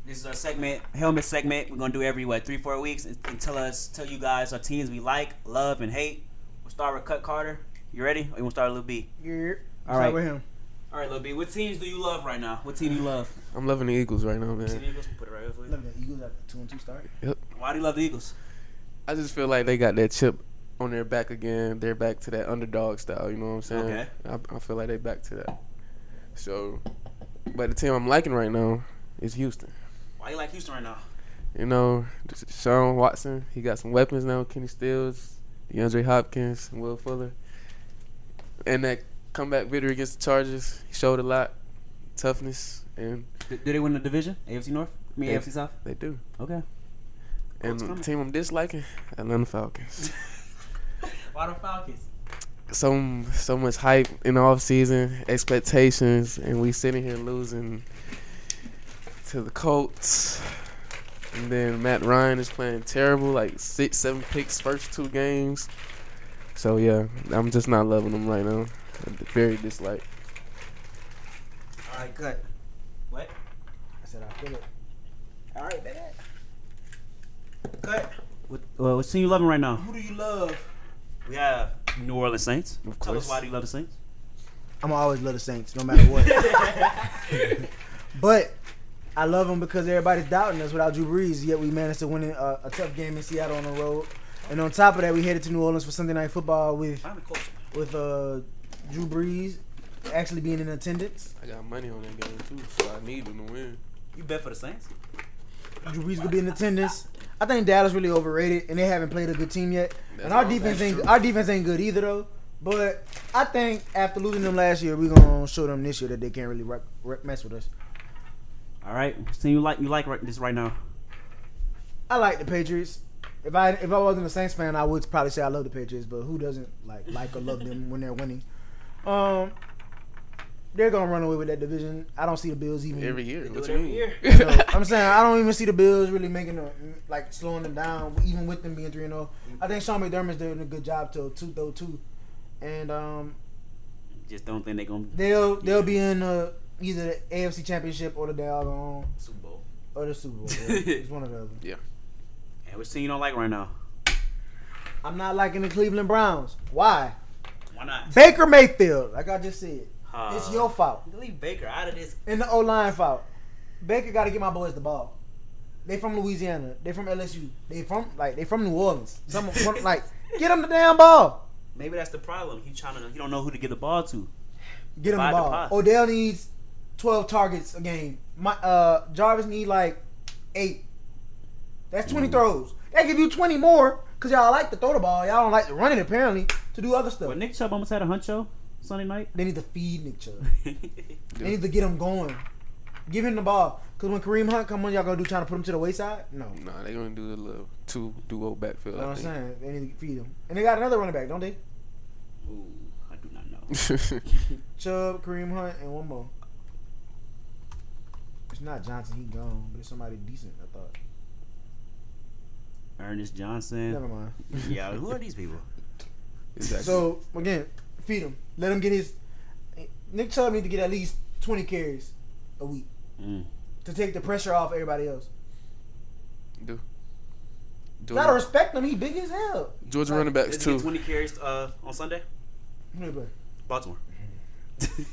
Speaker 7: This is our segment, helmet segment. We're gonna do every what three, four weeks, and, and tell us, tell you guys our teams we like, love, and hate. We'll start with Cut Carter. You ready? Or you wanna start with Lil B?
Speaker 6: Yeah.
Speaker 7: All right.
Speaker 6: With him.
Speaker 7: All right, Lil B. What teams do you love right now? What team you love?
Speaker 3: I'm loving the Eagles right now,
Speaker 7: See the
Speaker 3: man.
Speaker 7: Eagles. Put it right over
Speaker 6: Love
Speaker 7: here.
Speaker 6: the Eagles at the two and two start.
Speaker 7: Why do you love the Eagles?
Speaker 3: I just feel like they got that chip on their back again. They're back to that underdog style. You know what I'm saying?
Speaker 7: Okay.
Speaker 3: I, I feel like they back to that. So, but the team I'm liking right now is Houston.
Speaker 7: Why you like Houston right now?
Speaker 3: You know, Sean Watson. He got some weapons now. Kenny Stills, DeAndre Hopkins, Will Fuller, and that comeback victory against the Chargers. He showed a lot toughness, and
Speaker 7: Did, did they win the division? AFC North? I mean
Speaker 3: Yeah.
Speaker 7: AFC South?
Speaker 3: they do.
Speaker 7: Okay.
Speaker 3: And the
Speaker 7: coming.
Speaker 3: team I'm disliking, Atlanta Falcons.
Speaker 7: Why the Falcons?
Speaker 3: so so much hype in the off season, expectations, and we sitting here losing to the Colts. And then Matt Ryan is playing terrible, like six, seven picks first two games. So yeah, I'm just not loving them right now. I'm Very dislike.
Speaker 7: All right, cut. What?
Speaker 6: I said I feel it.
Speaker 7: All right, bet. Cut. What, uh, what team you loving right now?
Speaker 6: Who do you love?
Speaker 7: We have New Orleans Saints.
Speaker 3: Of
Speaker 7: Tell us
Speaker 3: course.
Speaker 7: why do you love the Saints?
Speaker 6: I'm gonna always love the Saints, no matter what. but I love them because everybody's doubting us without Drew Brees. Yet we managed to win a, a tough game in Seattle on the road. And on top of that, we headed to New Orleans for Sunday Night Football with
Speaker 7: I'm close.
Speaker 6: with uh, Drew Brees actually being in attendance.
Speaker 3: I got money on that game too, so I need them to win.
Speaker 7: You bet for the Saints?
Speaker 6: Drew Brees gonna be in attendance. I think Dallas really overrated, and they haven't played a good team yet. and
Speaker 3: That's
Speaker 6: our
Speaker 3: all-
Speaker 6: defense
Speaker 3: that's
Speaker 6: ain't
Speaker 3: true.
Speaker 6: our defense ain't good either though. But I think after losing them last year, we're gonna show them this year that they can't really rep, rep, mess with us.
Speaker 7: All right. What team you like? You like right, this right now?
Speaker 6: I like the Patriots. If I if I wasn't a Saints fan, I would probably say I love the Patriots. But who doesn't like like or love them when they're winning? Um, they're gonna run away with that division. I don't see the Bills even.
Speaker 3: Every year, what
Speaker 7: it
Speaker 3: you
Speaker 7: every
Speaker 3: mean?
Speaker 7: year.
Speaker 6: So, I'm saying I don't even see the Bills really making them like slowing them down, even with them being three and zero. I think Sean McDermott's doing a good job till two though two, and um,
Speaker 7: Just don't think they're gonna
Speaker 6: they'll they'll be in uh, either the AFC Championship or the doggone
Speaker 7: Super Bowl.
Speaker 6: or the Super Bowl. Yeah. it's one of those.
Speaker 7: And which team you don't like right now?
Speaker 6: I'm not liking the Cleveland Browns. Why?
Speaker 7: Why not?
Speaker 6: Baker Mayfield, like I just said,
Speaker 7: Uh,
Speaker 6: it's your fault
Speaker 7: leave Baker out of this.
Speaker 6: and the O line fault. Baker got to get my boys the ball. They from Louisiana. They from LSU. They from like they from New Orleans. Some from, like get them the damn ball.
Speaker 7: Maybe that's the problem. He trying to. He don't know who to give the ball to.
Speaker 6: Get him the
Speaker 7: Find the
Speaker 6: ball.
Speaker 7: pie.
Speaker 6: Odell needs twelve targets a game. My uh Jarvis need like eight. That's twenty throws. That give you twenty more because y'all like to throw the ball. Y'all don't like to run it apparently to do other stuff.
Speaker 7: But Nick Chubb almost had a huncho Sunday night.
Speaker 6: They need to feed Nick Chubb. They need to get him going. Give him the ball. Cause when Kareem Hunt come on, y'all gonna do trying to put him to the wayside? No. You
Speaker 3: Nah, they gonna do the little two duo backfield.
Speaker 6: know what
Speaker 3: I
Speaker 6: I'm
Speaker 3: think.
Speaker 6: saying? They need to feed him. And they got another running back, don't they?
Speaker 7: Ooh, I do not know.
Speaker 6: Chubb, Kareem Hunt, and one more. It's not Johnson, he gone, but it's somebody decent, I thought.
Speaker 7: Ernest Johnson.
Speaker 6: Never mind.
Speaker 7: Yeah, who are these people?
Speaker 3: Exactly.
Speaker 6: So again, feed him. Let him get his Nick Chubb need to get at least twenty carries a week
Speaker 7: Mm.
Speaker 6: to take the pressure off everybody else.
Speaker 3: Georgia,
Speaker 6: Gotta respect him, he big as hell.
Speaker 3: Georgia running
Speaker 7: Did
Speaker 3: backs
Speaker 7: he get
Speaker 3: too.
Speaker 7: 20 carries uh, on Sunday?
Speaker 6: Who they play?
Speaker 7: Baltimore. you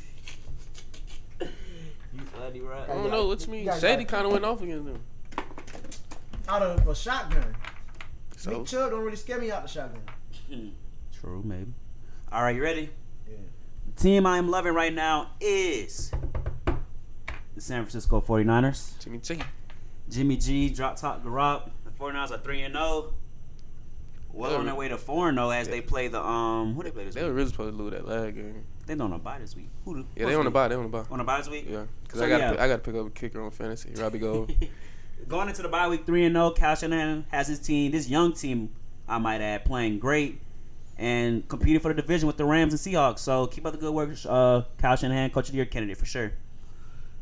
Speaker 7: funny,
Speaker 3: I
Speaker 7: right?
Speaker 3: don't know what you mean. Shady kind of went off against them.
Speaker 6: Out of a shotgun.
Speaker 3: So
Speaker 6: Nick Chubb don't really scare me out the shotgun.
Speaker 7: True, maybe. All right, you ready?
Speaker 6: Yeah.
Speaker 7: The team I am loving right now is the San Francisco 49ers.
Speaker 3: chicken chicken.
Speaker 7: Jimmy G, drop top the rock. The 49ers are 3 and 0. Well on their way to 4 and 0 as they play the um who they play this
Speaker 3: They were
Speaker 7: week?
Speaker 3: really supposed to lose that last game.
Speaker 7: They don't know bye this week. Who do,
Speaker 3: Yeah, they on the bye. They on the bye.
Speaker 7: On the bye this week?
Speaker 3: Yeah, because
Speaker 7: So,
Speaker 3: I gotta
Speaker 7: yeah.
Speaker 3: pick, I gotta pick up a kicker on fantasy. Robbie Gold.
Speaker 7: Going into the bye week three and zero, Cal Shanahan has his team, this young team, I might add, playing great and competing for the division with the Rams and Seahawks. So keep up the good work, uh, Cal Shanahan, coach of the year candidate for sure.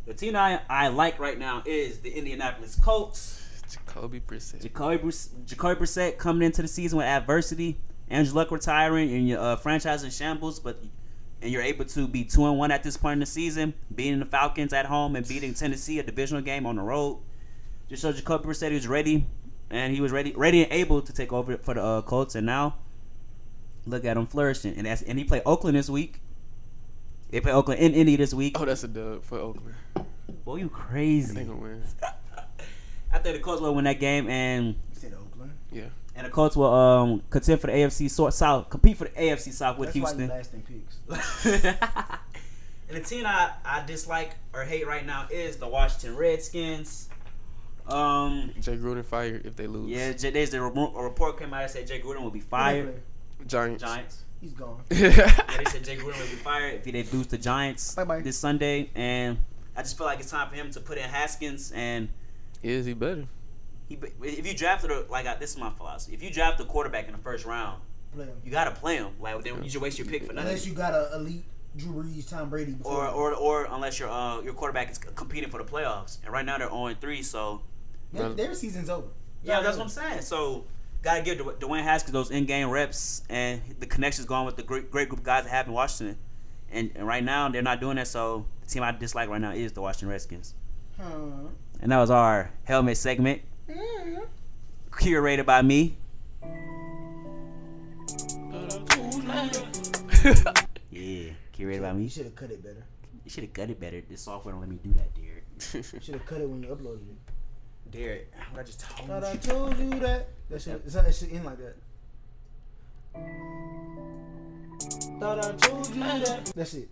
Speaker 7: The team I, I like right now is the Indianapolis Colts.
Speaker 3: Jacoby Brissett.
Speaker 7: Jacoby Brus- Jacoby Brissett coming into the season with adversity, Andrew Luck retiring, and your uh, franchise in shambles, but and you're able to be two and one at this point in the season, beating the Falcons at home and beating Tennessee a divisional game on the road. Just shows Jacoby Brissett he was ready, and he was ready, ready and able to take over for the uh, Colts, and now look at him flourishing. And that's and he played Oakland this week. They play Oakland in Indy this week.
Speaker 3: Oh, that's a dub for Oakland.
Speaker 7: Boy, you crazy!
Speaker 3: They gonna win.
Speaker 7: I think the Colts will win that game, and
Speaker 6: You said Oakland.
Speaker 3: Yeah.
Speaker 7: And the Colts will um contend for the AFC so- South, compete for the AFC South with
Speaker 6: That's why
Speaker 7: Houston.
Speaker 6: you last in picks.
Speaker 7: and the team I, I dislike or hate right now is the Washington Redskins. Um,
Speaker 3: Jay Gruden fired if they lose.
Speaker 7: yeah, J- there's a, remo- a report came out that said Jay Gruden will be fired.
Speaker 3: Giants.
Speaker 7: Giants.
Speaker 6: He's gone.
Speaker 7: Yeah, they said Jay Gruden will be fired if he- they lose to Giants
Speaker 6: Bye-bye.
Speaker 7: this Sunday. And I just feel like it's time for him to put in Haskins and
Speaker 3: Is he better?
Speaker 7: he. If you drafted a, like I, this is my philosophy. If you draft a quarterback in the first round,
Speaker 6: Play him.
Speaker 7: you gotta play him. Like then you should waste your pick for nothing.
Speaker 6: Unless you got a elite Drew Brees, Tom Brady. Before
Speaker 7: or or or unless your uh your quarterback is c- competing for the playoffs. And right now they're 0 3, so
Speaker 6: their, their season's over.
Speaker 7: yeah, that's what I'm saying. So gotta give Dw- Dwayne Haskins those in game reps and the connections going with the great great group of guys that have in Washington. And, and right now they're not doing that. So the team I dislike right now is the Washington Redskins.
Speaker 6: Hmm.
Speaker 7: And that was our helmet segment, Mm-hmm. curated by me. Yeah, curated by
Speaker 6: You
Speaker 7: me.
Speaker 6: should have cut it better.
Speaker 7: You should have got it better. This software don't let me do that, Derek.
Speaker 6: You should have cut it when you uploaded it.
Speaker 7: Derek, what I just told
Speaker 6: Thought I told you that. That should, it's not, it should end like that. Thought I told you that. That's it.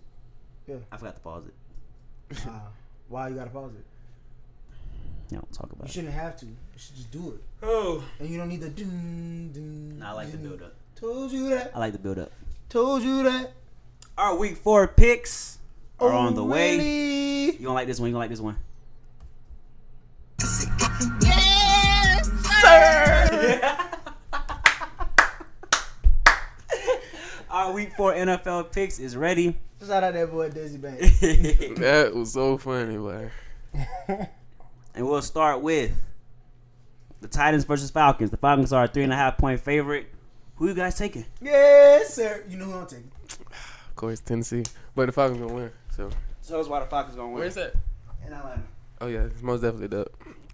Speaker 7: I forgot to pause it.
Speaker 6: Wow. Why you gotta pause it?
Speaker 7: You don't talk about
Speaker 6: You
Speaker 7: it.
Speaker 6: shouldn't have to. You should just do it.
Speaker 7: Oh,
Speaker 6: And you don't need the dun dun.
Speaker 7: I like the
Speaker 6: dun.
Speaker 7: build up.
Speaker 6: Told you that.
Speaker 7: I like the build up.
Speaker 6: Told you that.
Speaker 7: Our week four picks are on the way.
Speaker 6: way.
Speaker 7: Oh, You gonna like this one? You gonna like this one? Our week four NFL picks is ready.
Speaker 6: Shout out that boy Desi Banks.
Speaker 7: and
Speaker 3: That was so funny, man.
Speaker 7: we'll start with the Titans versus Falcons. The Falcons are a three and a half point favorite. Who you guys taking?
Speaker 6: Yes, sir. You know who I'm taking.
Speaker 3: Of course, Tennessee. But the Falcons gonna win. So
Speaker 7: So that's why the Falcons gonna
Speaker 3: that?
Speaker 6: In Atlanta.
Speaker 3: Oh yeah, it's most definitely dub.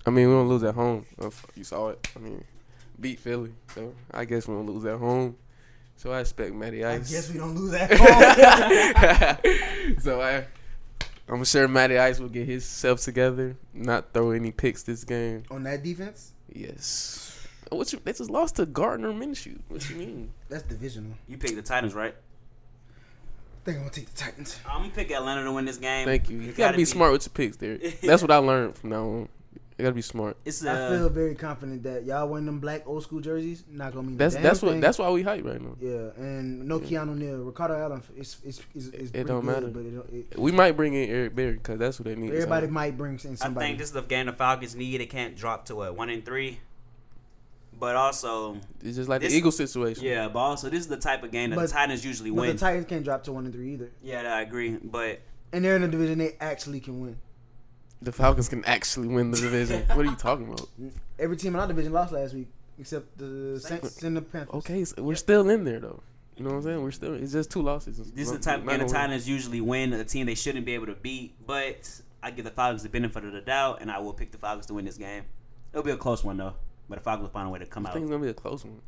Speaker 3: I mean, we don't lose at home. If you saw it. I mean, beat Philly. So I guess we don't lose at home. So I expect Matty
Speaker 6: I
Speaker 3: Ice.
Speaker 6: guess we don't lose that home.
Speaker 3: so I, I'm sure Matty Ice will get himself together, not throw any picks this game.
Speaker 6: on that defense.
Speaker 3: Yes. What you? They just lost to Gardner Minshew. What you mean?
Speaker 6: That's divisional.
Speaker 7: You pick the Titans, right?
Speaker 6: I think I'm gonna take the Titans.
Speaker 7: I'm gonna pick Atlanta to win this game.
Speaker 3: Thank you. You gotta be smart with your picks, Derek. That's what I learned from now on. You gotta be smart.
Speaker 7: It's
Speaker 6: I feel
Speaker 7: uh,
Speaker 6: very confident that y'all wearing them black old school jerseys not gonna mean
Speaker 3: That's
Speaker 6: a damn
Speaker 3: that's
Speaker 6: thing.
Speaker 3: what that's why we hype right now.
Speaker 6: Yeah, and no Keanu Neal, Ricardo Allen is is is, is pretty
Speaker 3: don't
Speaker 6: good,
Speaker 3: matter.
Speaker 6: But it don't, it,
Speaker 3: We might bring in Eric Berry because that's what they need.
Speaker 6: everybody might bring in
Speaker 7: I
Speaker 6: somebody.
Speaker 7: think this is the game the Falcons need. They can't drop to a one and three. But also,
Speaker 3: it's just like
Speaker 7: this-
Speaker 3: the Eagle situation.
Speaker 7: yeah, but also this is the type of game that the
Speaker 6: But-
Speaker 7: Titans usually
Speaker 6: but
Speaker 7: win.
Speaker 6: the Titans can't drop to one and three either,
Speaker 7: yeah, I agree. But
Speaker 6: and they're in a division they actually can win.
Speaker 3: The Falcons can actually win the division. what are you talking about?
Speaker 6: Every team in our division lost last week except the Saints and the Panthers.
Speaker 3: Okay, so we're still in there though. You know what I'm saying? We're still. It's just two losses.
Speaker 7: this is the
Speaker 3: Not-
Speaker 7: type of
Speaker 3: not
Speaker 7: game
Speaker 3: gonna
Speaker 7: the
Speaker 3: win.
Speaker 7: Titans usually win. A team they shouldn't be able to beat. But I give the Falcons the benefit of the doubt, and I will pick the Falcons to win this game. It'll be a close one though. But the Falcons will find a way to come
Speaker 3: I
Speaker 7: out.
Speaker 3: think it's gonna be a close one.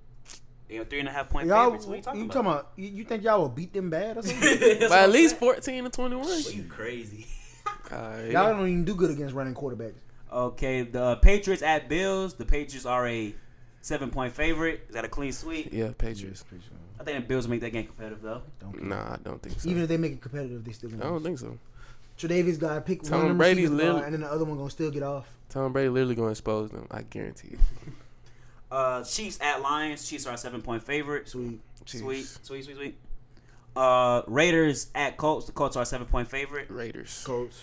Speaker 7: They are three and a half point
Speaker 6: Y'all,
Speaker 7: favorites. What
Speaker 6: you
Speaker 7: you talking
Speaker 6: talking
Speaker 7: about?
Speaker 6: about? You, you think y'all will beat them bad or something?
Speaker 7: That's
Speaker 3: By
Speaker 7: what
Speaker 3: at
Speaker 7: I'm
Speaker 3: least
Speaker 7: saying.
Speaker 3: 14 to 21.
Speaker 7: you crazy.
Speaker 3: Alright.
Speaker 6: Y'all don't even do good against running quarterbacks.
Speaker 7: Okay, the Patriots at Bills. The Patriots are a seven point favorite. Is that a clean sweep?
Speaker 3: Yeah, Patriots.
Speaker 7: I think the Bills make that game competitive though.
Speaker 3: Nah, I don't think so.
Speaker 6: Even if they make it competitive, they still
Speaker 3: I don't
Speaker 6: gonna
Speaker 3: think so.
Speaker 6: Tredavious got to
Speaker 3: Oh.
Speaker 6: pick
Speaker 3: Tom
Speaker 6: one of them
Speaker 3: Brady's
Speaker 6: receivers,
Speaker 3: little-
Speaker 6: and then the other one gonna still get off.
Speaker 3: Tom Brady literally gonna expose them. I guarantee it.
Speaker 7: Uh, Chiefs at Lions. Chiefs are a seven point favorite.
Speaker 6: Sweet.
Speaker 3: Chiefs.
Speaker 7: Sweet, sweet, sweet, sweet. Uh, Raiders at Colts. The Colts are a seven point favorite.
Speaker 3: Raiders.
Speaker 6: Colts.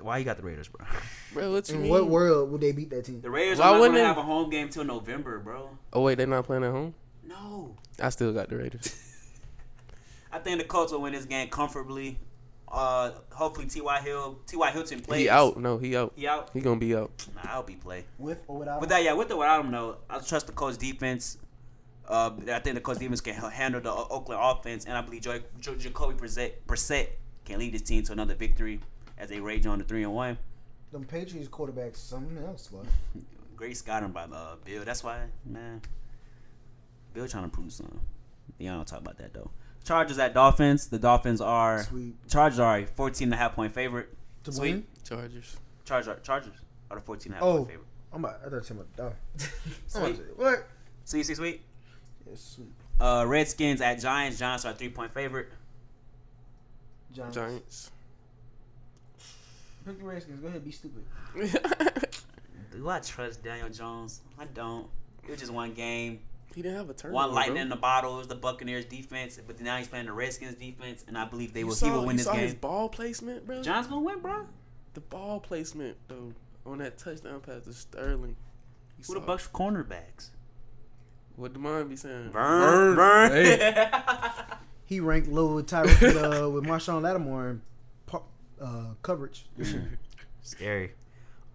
Speaker 7: Why you got the Raiders, bro?
Speaker 3: Bro, what you
Speaker 6: In
Speaker 3: mean?
Speaker 6: what world would they beat that team?
Speaker 7: The Raiders
Speaker 3: Why
Speaker 7: are not
Speaker 3: wouldn't
Speaker 7: gonna
Speaker 3: they-
Speaker 7: have a home game till November, bro.
Speaker 3: Oh wait, they not playing at home.
Speaker 7: No,
Speaker 3: I still got the Raiders.
Speaker 7: I think the Colts will win this game comfortably. Uh, hopefully T.Y. Hill, T.Y. Hilton plays.
Speaker 3: he out. No, he out.
Speaker 7: He out.
Speaker 3: He gonna be out.
Speaker 7: Nah, I hope he play.
Speaker 6: With or without?
Speaker 7: With that, yeah, with the without him, though, I trust the Colts defense. Uh, I think the Colts defense can h- handle the O- Oakland offense, and I believe jo- jo- Jacoby Brissett, Brissett can lead this team to another victory as they rage on to three and one.
Speaker 6: Them Patriots quarterbacks, something else, boy.
Speaker 7: Grace got him by uh, Bill. That's why, man. Bill trying to prove something. Y'all don't talk about that though. Chargers at Dolphins. The Dolphins are
Speaker 6: Sweet.
Speaker 7: Chargers are a 14 and a half point favorite.
Speaker 6: To
Speaker 7: Sweet.
Speaker 6: win?
Speaker 3: Chargers.
Speaker 7: Chargers Chargers are the 14 and a half
Speaker 6: Oh,
Speaker 7: point favorite.
Speaker 6: I'm about. I thought you were talking about the dog. I'm about
Speaker 7: Sweet.
Speaker 6: to say, What?
Speaker 7: Sweet, sweet, sweet.
Speaker 6: Yes, sweet.
Speaker 7: Uh, Redskins at Giants. Giants are a three point favorite.
Speaker 6: Giants.
Speaker 3: Giants.
Speaker 6: Pick the Redskins. Go ahead, be stupid.
Speaker 7: Do I trust Daniel Jones? I don't. It was just one game.
Speaker 3: he didn't have a turn.
Speaker 7: One lightning in the bottle. It was the Buccaneers defense. But now he's playing the Redskins defense, and I believe they
Speaker 3: You
Speaker 7: will,
Speaker 3: saw,
Speaker 7: he will win
Speaker 3: you
Speaker 7: this
Speaker 3: saw his
Speaker 7: game.
Speaker 3: ball placement, bro.
Speaker 7: Giants going to win, bro.
Speaker 3: the ball placement though on that touchdown pass to Sterling. You
Speaker 7: Who the
Speaker 3: saw-
Speaker 7: Bucks cornerbacks?
Speaker 3: What Demond be saying?
Speaker 7: Vern. Vern.
Speaker 6: He ranked low with Tyreek with, uh, with Marshawn Lattimore in par- uh, coverage this year.
Speaker 7: Scary.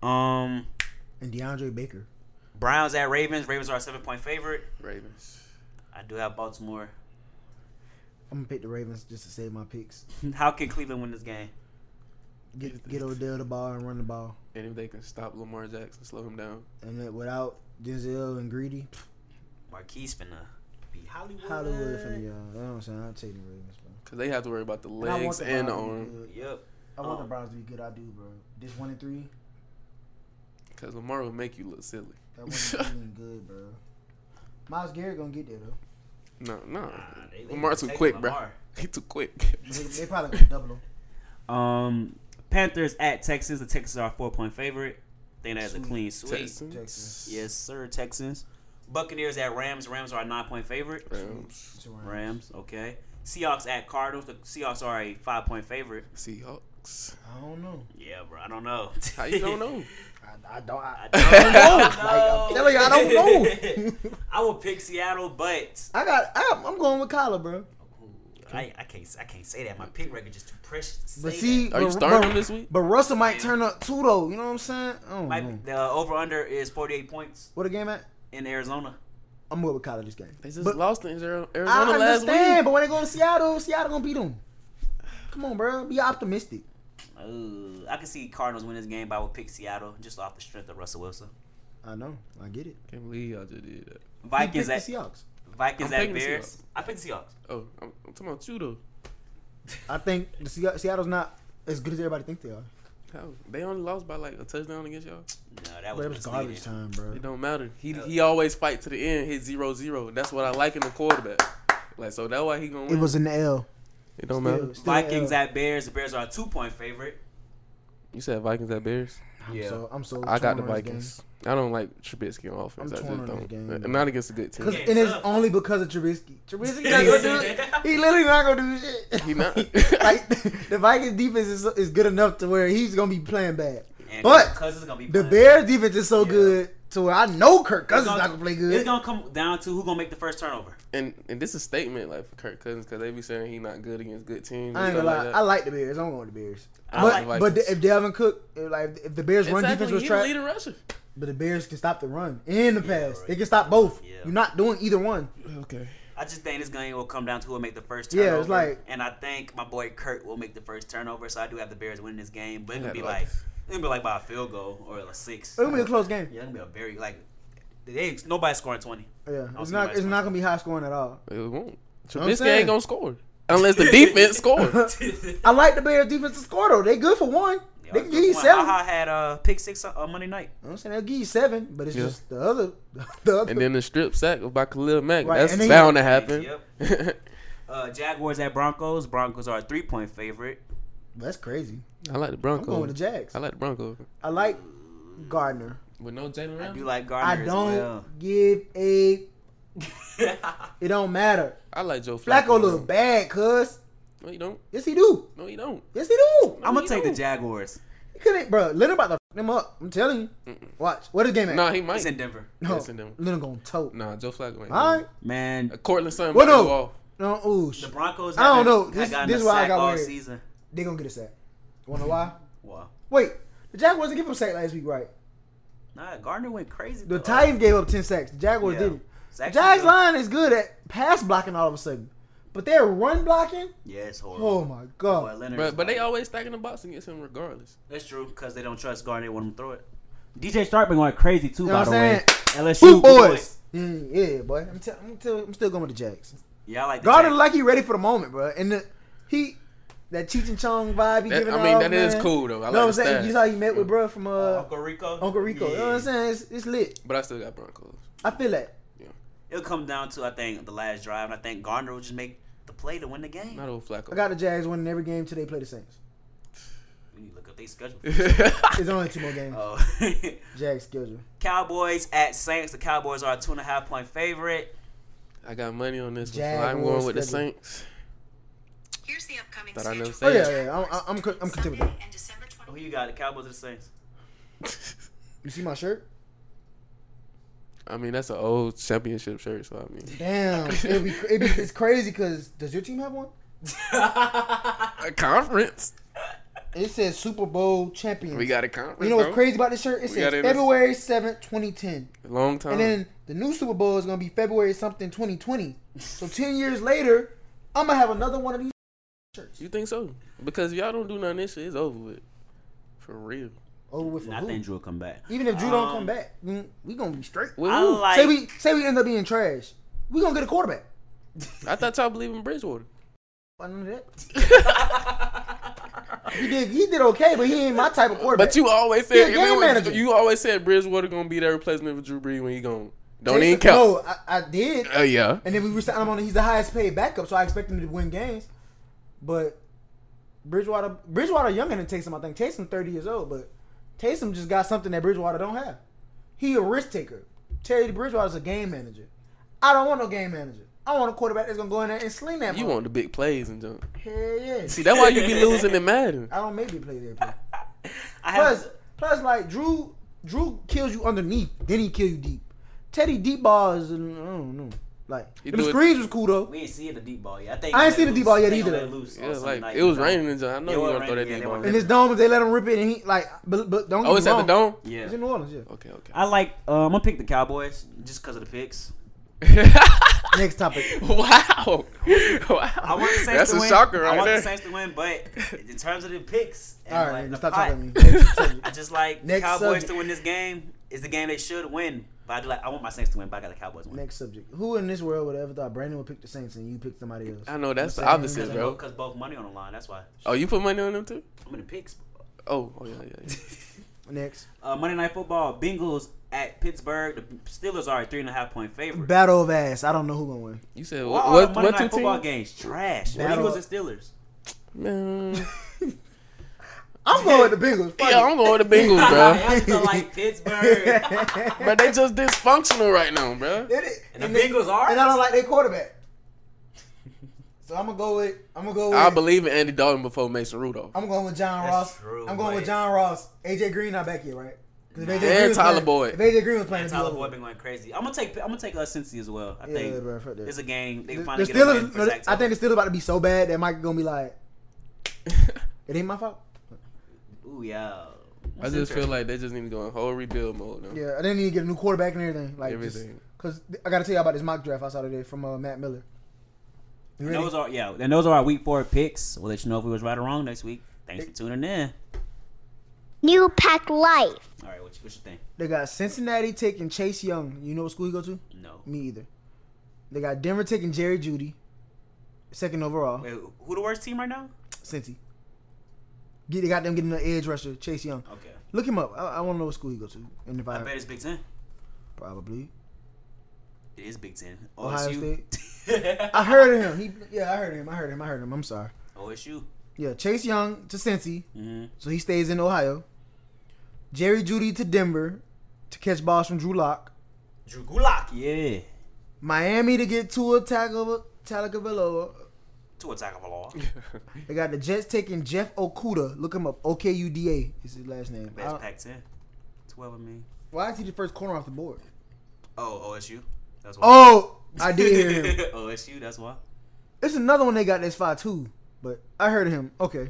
Speaker 7: Um,
Speaker 6: and DeAndre Baker.
Speaker 7: Browns at Ravens. Ravens are a seven point favorite.
Speaker 3: Ravens.
Speaker 7: I do have Baltimore.
Speaker 6: I'm gonna pick the Ravens just to save my picks.
Speaker 7: How can Cleveland win this game?
Speaker 6: Get get Odell the ball and run the ball,
Speaker 3: And if they can stop Lamar Jackson, slow him down.
Speaker 6: and that without Denzel and Greedy,
Speaker 7: Marquise finna be Hollywood.
Speaker 6: Hollywood for me, y'all. That's what I'm saying. I'll take the Ravens, bro.
Speaker 3: Cause they have to worry about the
Speaker 6: And I want
Speaker 3: legs
Speaker 6: the
Speaker 3: and the
Speaker 6: Browns to be
Speaker 3: arm.
Speaker 6: good.
Speaker 7: Yep.
Speaker 6: I want
Speaker 3: Oh.
Speaker 6: the
Speaker 7: Um,
Speaker 6: Browns to be good. I do, bro. This one and three.
Speaker 3: Cause Lamar will make you look silly.
Speaker 6: That wasn't even good, bro. Miles Garrett gonna get there though.
Speaker 3: No, no.
Speaker 7: Nah, Ah, they- they
Speaker 3: Lamar too
Speaker 7: take
Speaker 3: quick, bro.
Speaker 7: Lamar.
Speaker 3: He too quick.
Speaker 6: They, they probably gonna double him.
Speaker 7: Um, Panthers at Texas. The Texans are a four point favorite. Think that's a
Speaker 6: Sweet.
Speaker 7: clean sweep.
Speaker 6: Texans.
Speaker 3: Texans.
Speaker 7: Yes, sir. Texans. Buccaneers at Rams. Rams are a nine point favorite.
Speaker 3: Rams.
Speaker 6: It's around.
Speaker 7: Rams. Okay. Seahawks at Cardinals. The Seahawks are a five point favorite.
Speaker 3: Seahawks.
Speaker 6: I don't know.
Speaker 7: Yeah, bro. I don't know.
Speaker 3: How you don't know?
Speaker 6: I, I don't. I,
Speaker 7: I
Speaker 3: Oh,
Speaker 6: I'm telling you, I don't
Speaker 7: know. I will pick Seattle, but
Speaker 6: I got. I, I'm going with Kyler, bro.
Speaker 7: I, I can't I can't say that. My pick record is too precious to say.
Speaker 6: But see,
Speaker 3: Are you
Speaker 6: but-
Speaker 3: starting
Speaker 6: but-
Speaker 3: him this week?
Speaker 6: But Russell might turn up too, though. You know what I'm saying? I don't
Speaker 7: that.
Speaker 6: know.
Speaker 7: Might- the over under is 48 points
Speaker 6: What a game at?
Speaker 7: in Arizona.
Speaker 6: I'm going with Kyler this game.
Speaker 3: They just
Speaker 6: But-
Speaker 3: lost in Ari-
Speaker 6: I
Speaker 3: Arizona last
Speaker 6: understand,
Speaker 3: week.
Speaker 6: but when they go to Seattle, Seattle gonna beat them. Come on, bro. Be optimistic.
Speaker 7: Ooh, I can see Cardinals win this game, but I would pick Seattle just off the strength of Russell Wilson.
Speaker 6: I know. I get it.
Speaker 3: Can't believe y'all just did that.
Speaker 6: Who
Speaker 7: Vikings
Speaker 6: picked the
Speaker 7: at
Speaker 6: Seahawks.
Speaker 7: Vikings
Speaker 3: I'm
Speaker 7: at
Speaker 3: picking the
Speaker 7: Bears. I picked Seahawks.
Speaker 3: Oh, I'm, I'm talking about you though.
Speaker 6: I think the Se- Seattle's not as good as everybody think they are.
Speaker 3: How? They only lost by like a touchdown against y'all.
Speaker 7: No, that
Speaker 6: But
Speaker 7: was,
Speaker 6: it was garbage
Speaker 7: misleading.
Speaker 6: time, bro.
Speaker 3: It don't matter. He he always fight to the end. Hit zero zero. That's what I like in the quarterback. Like so that's why he gonna
Speaker 6: It
Speaker 3: win.
Speaker 6: was an L.
Speaker 3: it don't
Speaker 6: Still-
Speaker 3: matter.
Speaker 6: still
Speaker 7: Vikings
Speaker 6: L.
Speaker 7: at Bears. The Bears are a two point favorite.
Speaker 3: You said Vikings at Bears.
Speaker 6: I'm
Speaker 7: Yeah.
Speaker 6: so I'm so.
Speaker 3: I got
Speaker 6: torn
Speaker 3: the
Speaker 6: on this
Speaker 3: Vikings. I don't like Trubisky on offense.
Speaker 6: I'm
Speaker 3: i
Speaker 6: torn
Speaker 3: just
Speaker 6: on this
Speaker 3: don't.
Speaker 6: game,
Speaker 3: Uh, not against a good
Speaker 6: game. Cause
Speaker 3: team.
Speaker 7: Yeah,
Speaker 6: and it's
Speaker 7: tough.
Speaker 6: only because of Trubisky. Trubisky not gonna do it. He literally not gonna do shit.
Speaker 3: He not.
Speaker 6: like the Vikings defense is, is good enough to where he's gonna be playing bad.
Speaker 7: And
Speaker 6: But
Speaker 7: Kirk Cousins is gonna be
Speaker 6: The
Speaker 7: playing.
Speaker 6: Bears defense is so
Speaker 7: Yeah.
Speaker 6: good to where I know Kirk
Speaker 7: It's
Speaker 6: Cousins not gonna play good.
Speaker 7: It's gonna come down to who gonna make the first turnover.
Speaker 3: And and this is a statement like for Kirk Cousins because they be saying he not good against good teams.
Speaker 6: I ain't
Speaker 3: and
Speaker 6: gonna
Speaker 3: stuff
Speaker 6: lie.
Speaker 3: like
Speaker 6: I
Speaker 3: that.
Speaker 6: like the Bears. I'm going with the Bears.
Speaker 7: I
Speaker 6: But
Speaker 3: like
Speaker 6: but
Speaker 3: Vikings.
Speaker 6: if Delvin Cook, if, like if the Bears run
Speaker 3: exactly.
Speaker 6: defense was
Speaker 3: He the
Speaker 6: trapped,
Speaker 3: leading rusher.
Speaker 6: but the Bears can stop the run and the pass.
Speaker 7: right.
Speaker 6: They can stop both.
Speaker 7: Yeah.
Speaker 6: You're not doing either one.
Speaker 3: Okay.
Speaker 7: I just think this game will come down to who will make the first turnover.
Speaker 6: Yeah, it's like-
Speaker 7: and I think my boy Kirk will make the first turnover, so I do have the Bears winning this game. But
Speaker 3: I
Speaker 7: it'll be
Speaker 3: like
Speaker 7: like
Speaker 3: this.
Speaker 7: it'll be like by a field goal or a six.
Speaker 6: It'll be a close game.
Speaker 7: Yeah, it'll be a very like They nobody scoring twenty.
Speaker 6: Yeah,
Speaker 7: I was
Speaker 6: it's
Speaker 7: gonna
Speaker 6: not.
Speaker 7: ask
Speaker 6: It's not gonna be high scoring at all.
Speaker 3: It won't.
Speaker 6: I'm
Speaker 3: Trubisky
Speaker 6: saying.
Speaker 3: ain't gonna score unless the defense scores.
Speaker 6: I like the Bears' defensive score though. They good for one. they can give you seven.
Speaker 7: Haha had uh, pick six on uh, Monday night.
Speaker 6: I'm saying they'll give you seven, but it's
Speaker 3: Yeah.
Speaker 6: just the other, the other.
Speaker 3: And then the strip sack by Khalil Mack.
Speaker 6: Right,
Speaker 3: That's
Speaker 6: and then-
Speaker 3: bound to happen.
Speaker 7: Uh, Jaguars at Broncos. Broncos are a three point favorite.
Speaker 6: that's crazy.
Speaker 3: I like the
Speaker 6: I'm going
Speaker 3: Broncos.
Speaker 6: with the Jags.
Speaker 3: I like the Broncos.
Speaker 6: I like Gardner.
Speaker 3: With no Jalen
Speaker 7: I do
Speaker 3: Ramsey.
Speaker 7: like
Speaker 6: I
Speaker 7: Gardner. as
Speaker 6: don't
Speaker 7: well.
Speaker 6: give a. It don't matter.
Speaker 3: I like Joe Flacco.
Speaker 6: Flacco look bad, cuz.
Speaker 3: No, you don't.
Speaker 6: Yes, he do.
Speaker 3: No, you don't.
Speaker 6: Yes, he do.
Speaker 7: I'm gonna
Speaker 3: you
Speaker 7: take the
Speaker 3: don't.
Speaker 7: Jaguars.
Speaker 6: He couldn't, bro. Leonard about to f them up. I'm telling you. Watch. What is game at?
Speaker 3: Nah, he might.
Speaker 7: It's in Denver.
Speaker 6: no.
Speaker 3: Yes, and them.
Speaker 6: Leonard gonna tote.
Speaker 3: Nah, Joe Flacco ain't.
Speaker 6: All right.
Speaker 7: Man,
Speaker 3: Cortland Sutton
Speaker 6: What
Speaker 3: might go
Speaker 6: up?
Speaker 3: off.
Speaker 6: No. Ooh. sh-
Speaker 7: the Broncos.
Speaker 6: I don't
Speaker 7: haven't-
Speaker 6: know.
Speaker 7: have
Speaker 6: This-
Speaker 7: gotten
Speaker 6: this
Speaker 7: a
Speaker 6: why I
Speaker 7: sack
Speaker 6: got
Speaker 7: all
Speaker 6: worried.
Speaker 7: season.
Speaker 6: They gonna get a sack. Wanna why?
Speaker 7: Wow.
Speaker 6: Wait. The Jaguars didn't give him a sack last week, right?
Speaker 7: Nah, Gardner went crazy.
Speaker 3: Uh,
Speaker 6: The
Speaker 7: though.
Speaker 6: Titans gave up ten sacks. The Jaguars
Speaker 7: Yeah.
Speaker 6: didn't.
Speaker 7: It's actually
Speaker 6: Jags
Speaker 7: good.
Speaker 6: line is good at pass blocking all of a sudden, but their run blocking.
Speaker 7: Yeah, it's horrible.
Speaker 6: Oh my
Speaker 7: Boy,
Speaker 6: god.
Speaker 7: Leonard is
Speaker 3: But, but they
Speaker 7: bad.
Speaker 3: always stacking the box against him regardless.
Speaker 7: That's true because they don't trust Gardner. They want him to throw it. DJ Sharp been going crazy too.
Speaker 6: You know
Speaker 7: by
Speaker 6: what
Speaker 7: the
Speaker 6: I'm
Speaker 7: way, LSU
Speaker 6: Boot
Speaker 7: boys.
Speaker 6: boys. Mm, yeah, boy. I'm, tell I'm, tell- I'm still going with the Jags.
Speaker 7: Yeah, I like the
Speaker 6: Gardner
Speaker 7: Jags.
Speaker 6: look like he ready for the moment, bro. And the, he that Cheech and Chong vibe he
Speaker 3: That-
Speaker 6: giving
Speaker 3: I mean,
Speaker 6: off,
Speaker 3: that is
Speaker 6: man.
Speaker 3: cool though. I
Speaker 6: You
Speaker 3: like
Speaker 6: know what I'm
Speaker 3: the
Speaker 6: saying?
Speaker 3: stats. Mm. Oh,
Speaker 6: You saw he met with bro from uh,
Speaker 7: Uncle Rico.
Speaker 6: Uncle Rico. You know what
Speaker 7: Yeah.
Speaker 6: I'm saying? It's, it's lit.
Speaker 3: But I still got Broncos.
Speaker 6: I feel that.
Speaker 7: It'll come down to I think the last drive, and I think Gardner will just make the play to win the game.
Speaker 3: Not old Flacco.
Speaker 6: I got the Jags winning every game till they play the Saints.
Speaker 7: When you look up their schedule.
Speaker 6: It's only two more games.
Speaker 7: Oh.
Speaker 6: Jags schedule.
Speaker 7: Cowboys at Saints. The Cowboys are a two and a half point favorite.
Speaker 3: I got money on this one. So
Speaker 6: Jaguars
Speaker 3: I'm going with the
Speaker 6: schedule.
Speaker 3: Saints.
Speaker 8: Here's the upcoming
Speaker 3: Thought I never
Speaker 8: schedule.
Speaker 6: Oh
Speaker 3: said
Speaker 8: for
Speaker 3: it.
Speaker 6: yeah,
Speaker 8: the
Speaker 6: yeah. I'm
Speaker 8: Jaguars.
Speaker 6: I'm I'm content with that.
Speaker 8: Sunday and December 20th.
Speaker 7: Who you got? The Cowboys or the Saints?
Speaker 6: You see my shirt?
Speaker 3: I mean, that's an old championship shirt, so I mean,
Speaker 6: Damn, it'd be, it'd be, it's crazy because does your team have one?
Speaker 3: a conference.
Speaker 6: It says Super Bowl champion.
Speaker 3: We got a conference.
Speaker 6: You know what's
Speaker 3: bro.
Speaker 6: crazy about this shirt? It
Speaker 3: We got
Speaker 6: says
Speaker 3: it in this-
Speaker 6: February seventh, twenty ten,
Speaker 3: Long time.
Speaker 6: and then the new Super Bowl is gonna be February something, twenty twenty. So ten years later, I'm gonna have another one of these shirts.
Speaker 3: you think so? Because if y'all don't do nothing this year, it's over with. For real.
Speaker 6: Over with for
Speaker 7: I
Speaker 6: who?
Speaker 7: think Drew will come back.
Speaker 6: Even if Drew don't come
Speaker 7: Um,
Speaker 6: back, mm, we gonna be straight.
Speaker 3: With
Speaker 7: I
Speaker 3: who?
Speaker 7: like.
Speaker 6: say we say we end up being trash, we gonna get a quarterback.
Speaker 3: I thought y'all believe in Bridgewater.
Speaker 6: I know that. he did he did okay, but he ain't my type of quarterback.
Speaker 3: But you always
Speaker 6: He a
Speaker 3: said
Speaker 6: game
Speaker 3: everyone-
Speaker 6: manager.
Speaker 3: you always said Bridgewater gonna be that replacement for Drew Brees when he gone. Don't
Speaker 6: Jason-
Speaker 3: even count.
Speaker 6: No, I, I did.
Speaker 3: Oh yeah.
Speaker 6: And then we resigned him on. He's the highest paid backup, so I expect him to win games. But Bridgewater, Bridgewater younger than Taysom. I think Taysom thirty years old, but Taysom just got something that Bridgewater don't have. He a risk taker. Terry Bridgewater's a game manager. I don't want no game manager. I want a quarterback that's gonna go in there and sling that.
Speaker 3: You
Speaker 6: ball.
Speaker 3: want the big plays and jump.
Speaker 6: Hell yeah.
Speaker 3: See, that's why you be losing in Madden.
Speaker 6: I don't make me play there. Play.
Speaker 7: I
Speaker 6: Plus,
Speaker 7: have,
Speaker 6: plus, like Drew, Drew kills you underneath, then he kill you deep. Teddy deep ball is, mm, I don't know. Like
Speaker 3: He
Speaker 6: the
Speaker 3: do it-
Speaker 6: screens was cool though.
Speaker 7: we ain't seeing the deep ball yet. I think
Speaker 6: I ain't seen the deep ball yet either.
Speaker 3: Yeah, like it was raining and jump. I know
Speaker 7: Yeah,
Speaker 3: you
Speaker 7: it
Speaker 3: gonna throw
Speaker 7: was
Speaker 3: that
Speaker 7: raining.
Speaker 3: deep
Speaker 7: Yeah,
Speaker 3: ball.
Speaker 7: they
Speaker 6: In his dome, they let him rip it, and he like, but, but don't.
Speaker 3: Oh,
Speaker 6: get
Speaker 3: it's
Speaker 6: me
Speaker 3: at
Speaker 6: wrong.
Speaker 3: the dome.
Speaker 7: Yeah,
Speaker 6: It's in New Orleans, yeah.
Speaker 3: Okay, okay.
Speaker 7: I like. Um, I'm gonna pick the Cowboys just because of the picks.
Speaker 6: Next topic.
Speaker 3: Wow. wow.
Speaker 7: I want the Saints
Speaker 3: That's
Speaker 7: to
Speaker 3: a
Speaker 7: win.
Speaker 3: shocker
Speaker 7: I
Speaker 3: right
Speaker 7: want
Speaker 3: there.
Speaker 7: the Saints to win, but in terms of the picks, and
Speaker 6: All
Speaker 7: like
Speaker 6: right,
Speaker 7: the
Speaker 6: stop
Speaker 7: pot,
Speaker 6: talking to me. Next subject.
Speaker 7: I just like the
Speaker 6: Next
Speaker 7: Cowboys
Speaker 6: subject.
Speaker 7: to win this game. It's the game they should win, but I do like. I want my Saints to win, but I got the Cowboys win.
Speaker 6: Next subject. Who in this world would have ever thought Brandon would pick the Saints and you pick somebody else?
Speaker 3: I know that's the
Speaker 6: saying,
Speaker 3: opposite,
Speaker 6: man.
Speaker 3: bro.
Speaker 7: Because both money on the line. That's why
Speaker 3: Oh, you put money on them too?
Speaker 7: I'm in the picks.
Speaker 3: Oh, oh yeah, yeah. yeah.
Speaker 6: Next
Speaker 7: Uh, Monday Night Football: Bengals at Pittsburgh. The Steelers are a three and a half point favorite.
Speaker 6: battle of ass. I don't know who gonna win.
Speaker 3: You said
Speaker 7: Why
Speaker 3: what?
Speaker 7: are
Speaker 3: What,
Speaker 7: the Monday
Speaker 3: what two
Speaker 7: Night Football
Speaker 3: teams?
Speaker 7: games trash? The
Speaker 6: Battle-
Speaker 7: Bengals and Steelers.
Speaker 3: Man,
Speaker 6: I'm going with the Bengals. Fuck
Speaker 3: yeah, I'm going with the Bengals, bro.
Speaker 7: I feel like Pittsburgh.
Speaker 3: but they just dysfunctional right now, bro.
Speaker 6: it. Did it.
Speaker 7: And the Bengals are.
Speaker 6: And I don't like their quarterback. So I'm gonna go with. I'm gonna go with.
Speaker 3: I believe in Andy Dalton before Mason Rudolph
Speaker 6: I'm going with John
Speaker 7: That's
Speaker 6: Ross.
Speaker 7: true,
Speaker 6: I'm going with
Speaker 7: but-
Speaker 6: John Ross. AJ Green not back yet, right? 'Cause if AJ
Speaker 3: And
Speaker 6: Green was
Speaker 3: Tyler
Speaker 6: playing-
Speaker 3: Boyd.
Speaker 6: If AJ Green was playing,
Speaker 7: And Tyler
Speaker 6: it'd be
Speaker 7: Boyd
Speaker 6: over.
Speaker 7: been going crazy. I'm gonna take. I'm gonna take us Cincy as well. I
Speaker 6: Yeah,
Speaker 7: think
Speaker 6: bro, fuck that.
Speaker 7: it's a game. They
Speaker 6: The,
Speaker 7: finally
Speaker 6: the
Speaker 7: get a win
Speaker 6: Steelers,
Speaker 7: for Zach
Speaker 6: I
Speaker 7: Taylor.
Speaker 6: think the Steelers about to be so bad that Mike gonna be like, "It ain't my fault."
Speaker 7: Ooh yeah.
Speaker 3: I just feel like they just need to go in whole rebuild mode now.
Speaker 6: Yeah, I didn't even get a new quarterback and everything. Like
Speaker 3: Everything.
Speaker 6: Because I gotta tell you about this mock draft I saw today from uh, Matt Miller. You
Speaker 7: And
Speaker 6: ready?
Speaker 7: those are yeah, and those are our week four picks. We'll let you know if we was right or wrong next week. Thanks for tuning in.
Speaker 2: New Pack Life.
Speaker 7: All right, what you, what you think?
Speaker 6: They got Cincinnati taking Chase Young. You know what school he go to?
Speaker 7: No.
Speaker 6: Me either. They got Denver taking Jerry Judy, second overall.
Speaker 7: Wait, who the worst team right now?
Speaker 6: Cincy. Get, they got them getting an edge rusher, Chase Young.
Speaker 7: Okay.
Speaker 6: Look him up. I, I want to know what school he go to. And if I,
Speaker 7: I bet it's Big Ten.
Speaker 6: probably.
Speaker 7: It is Big Ten.
Speaker 6: Ohio
Speaker 7: OSU.
Speaker 6: I heard of him. He, yeah, I heard of him. I heard of him. I heard of him. I'm sorry.
Speaker 7: OSU.
Speaker 6: Yeah, Chase Young to Cincy,
Speaker 7: Mm-hmm.
Speaker 6: so he stays in Ohio. Jerry Judy to Denver to catch balls from Drew Lock.
Speaker 7: Drew Gulak. Yeah.
Speaker 6: Miami to get Tua Tagovailoa. Tagovailoa.
Speaker 7: To attack of a law.
Speaker 6: They got the Jets taking Jeff Okuda. Look him up. O K U D A is his last name. I
Speaker 7: Best
Speaker 6: don't-
Speaker 7: Pac 10. 12 of me.
Speaker 6: Why is he the first corner off the board?
Speaker 7: Oh, OSU. That's why.
Speaker 6: Oh, I did hear him.
Speaker 7: OSU, that's why.
Speaker 6: It's another one they got that's five two, but I heard of him. Okay,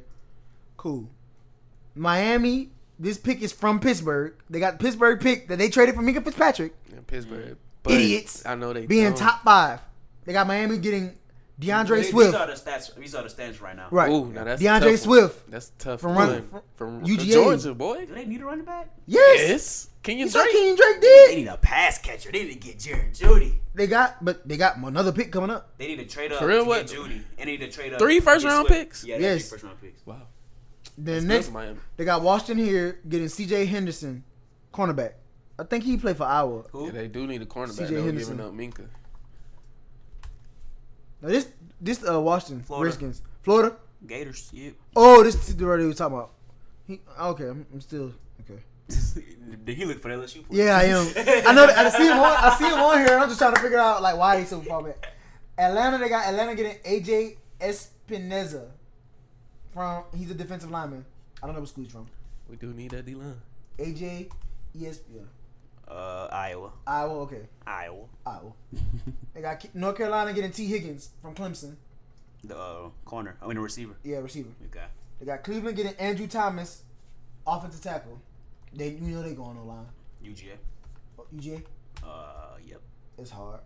Speaker 6: cool. Miami. This pick is from Pittsburgh. They got the Pittsburgh pick that they traded for Minka Fitzpatrick,
Speaker 3: in Pittsburgh. But
Speaker 6: Mm. Idiots.
Speaker 3: I know they
Speaker 6: being
Speaker 3: dumb.
Speaker 6: top five. They got Miami getting DeAndre
Speaker 7: These-
Speaker 6: Swift.
Speaker 7: These are the stats. These are the stats right now.
Speaker 6: right.
Speaker 3: Ooh, now that's a
Speaker 6: DeAndre
Speaker 3: tough one.
Speaker 6: Swift.
Speaker 3: That's a tough.
Speaker 6: From
Speaker 3: From
Speaker 6: run-
Speaker 3: from, from
Speaker 6: UGA.
Speaker 3: Georgia, boy.
Speaker 7: Do they need a running back?
Speaker 6: Yes.
Speaker 3: Yes, Can you
Speaker 6: That's what
Speaker 3: Drake.
Speaker 6: Kenyon Drake
Speaker 7: They
Speaker 6: did.
Speaker 7: need a pass catcher. They need to get Jared Judy.
Speaker 6: They got, but they got another pick coming up.
Speaker 7: They need to trade up
Speaker 3: For real,
Speaker 7: to
Speaker 3: what?
Speaker 7: get Judy. And they need to trade up.
Speaker 3: Three
Speaker 7: to get
Speaker 3: first-round
Speaker 7: Swift.
Speaker 3: picks?
Speaker 7: Yeah, they have
Speaker 6: Yes.
Speaker 7: three first round picks.
Speaker 3: Wow.
Speaker 6: Then
Speaker 3: Next,
Speaker 6: next, they got Washington here getting C.J. Henderson, cornerback. I think he played for Iowa.
Speaker 7: Who?
Speaker 3: Yeah, they do need a cornerback.
Speaker 6: CJ
Speaker 3: They're
Speaker 6: Henderson.
Speaker 3: giving up Minka.
Speaker 6: Now this, this uh Washington
Speaker 7: Florida.
Speaker 6: Redskins, Florida.
Speaker 7: Gators. Yeah.
Speaker 6: Oh, this is the radio we talking about. He, okay, I'm, I'm still okay.
Speaker 7: Did he look for the LSU? player?
Speaker 6: Yeah, I am. I know. That, I see him. On, I see him on here, and I'm just trying to figure out like why he's so far back. Atlanta, they got Atlanta getting AJ Espinoza from. He's a defensive lineman. I don't know what school he's from.
Speaker 3: We do need that D line.
Speaker 6: AJ Espinoza,
Speaker 7: Uh, Iowa.
Speaker 6: Iowa. Okay,
Speaker 7: Iowa.
Speaker 6: Iowa. they got Ki- North Carolina getting T Higgins from Clemson.
Speaker 7: The uh, corner. I mean, the receiver.
Speaker 6: Yeah, receiver.
Speaker 7: Okay.
Speaker 6: They got Cleveland getting Andrew Thomas, offensive tackle. They you know they going on line.
Speaker 7: UGA.
Speaker 6: UJ,
Speaker 7: Uh, yep.
Speaker 6: it's hard.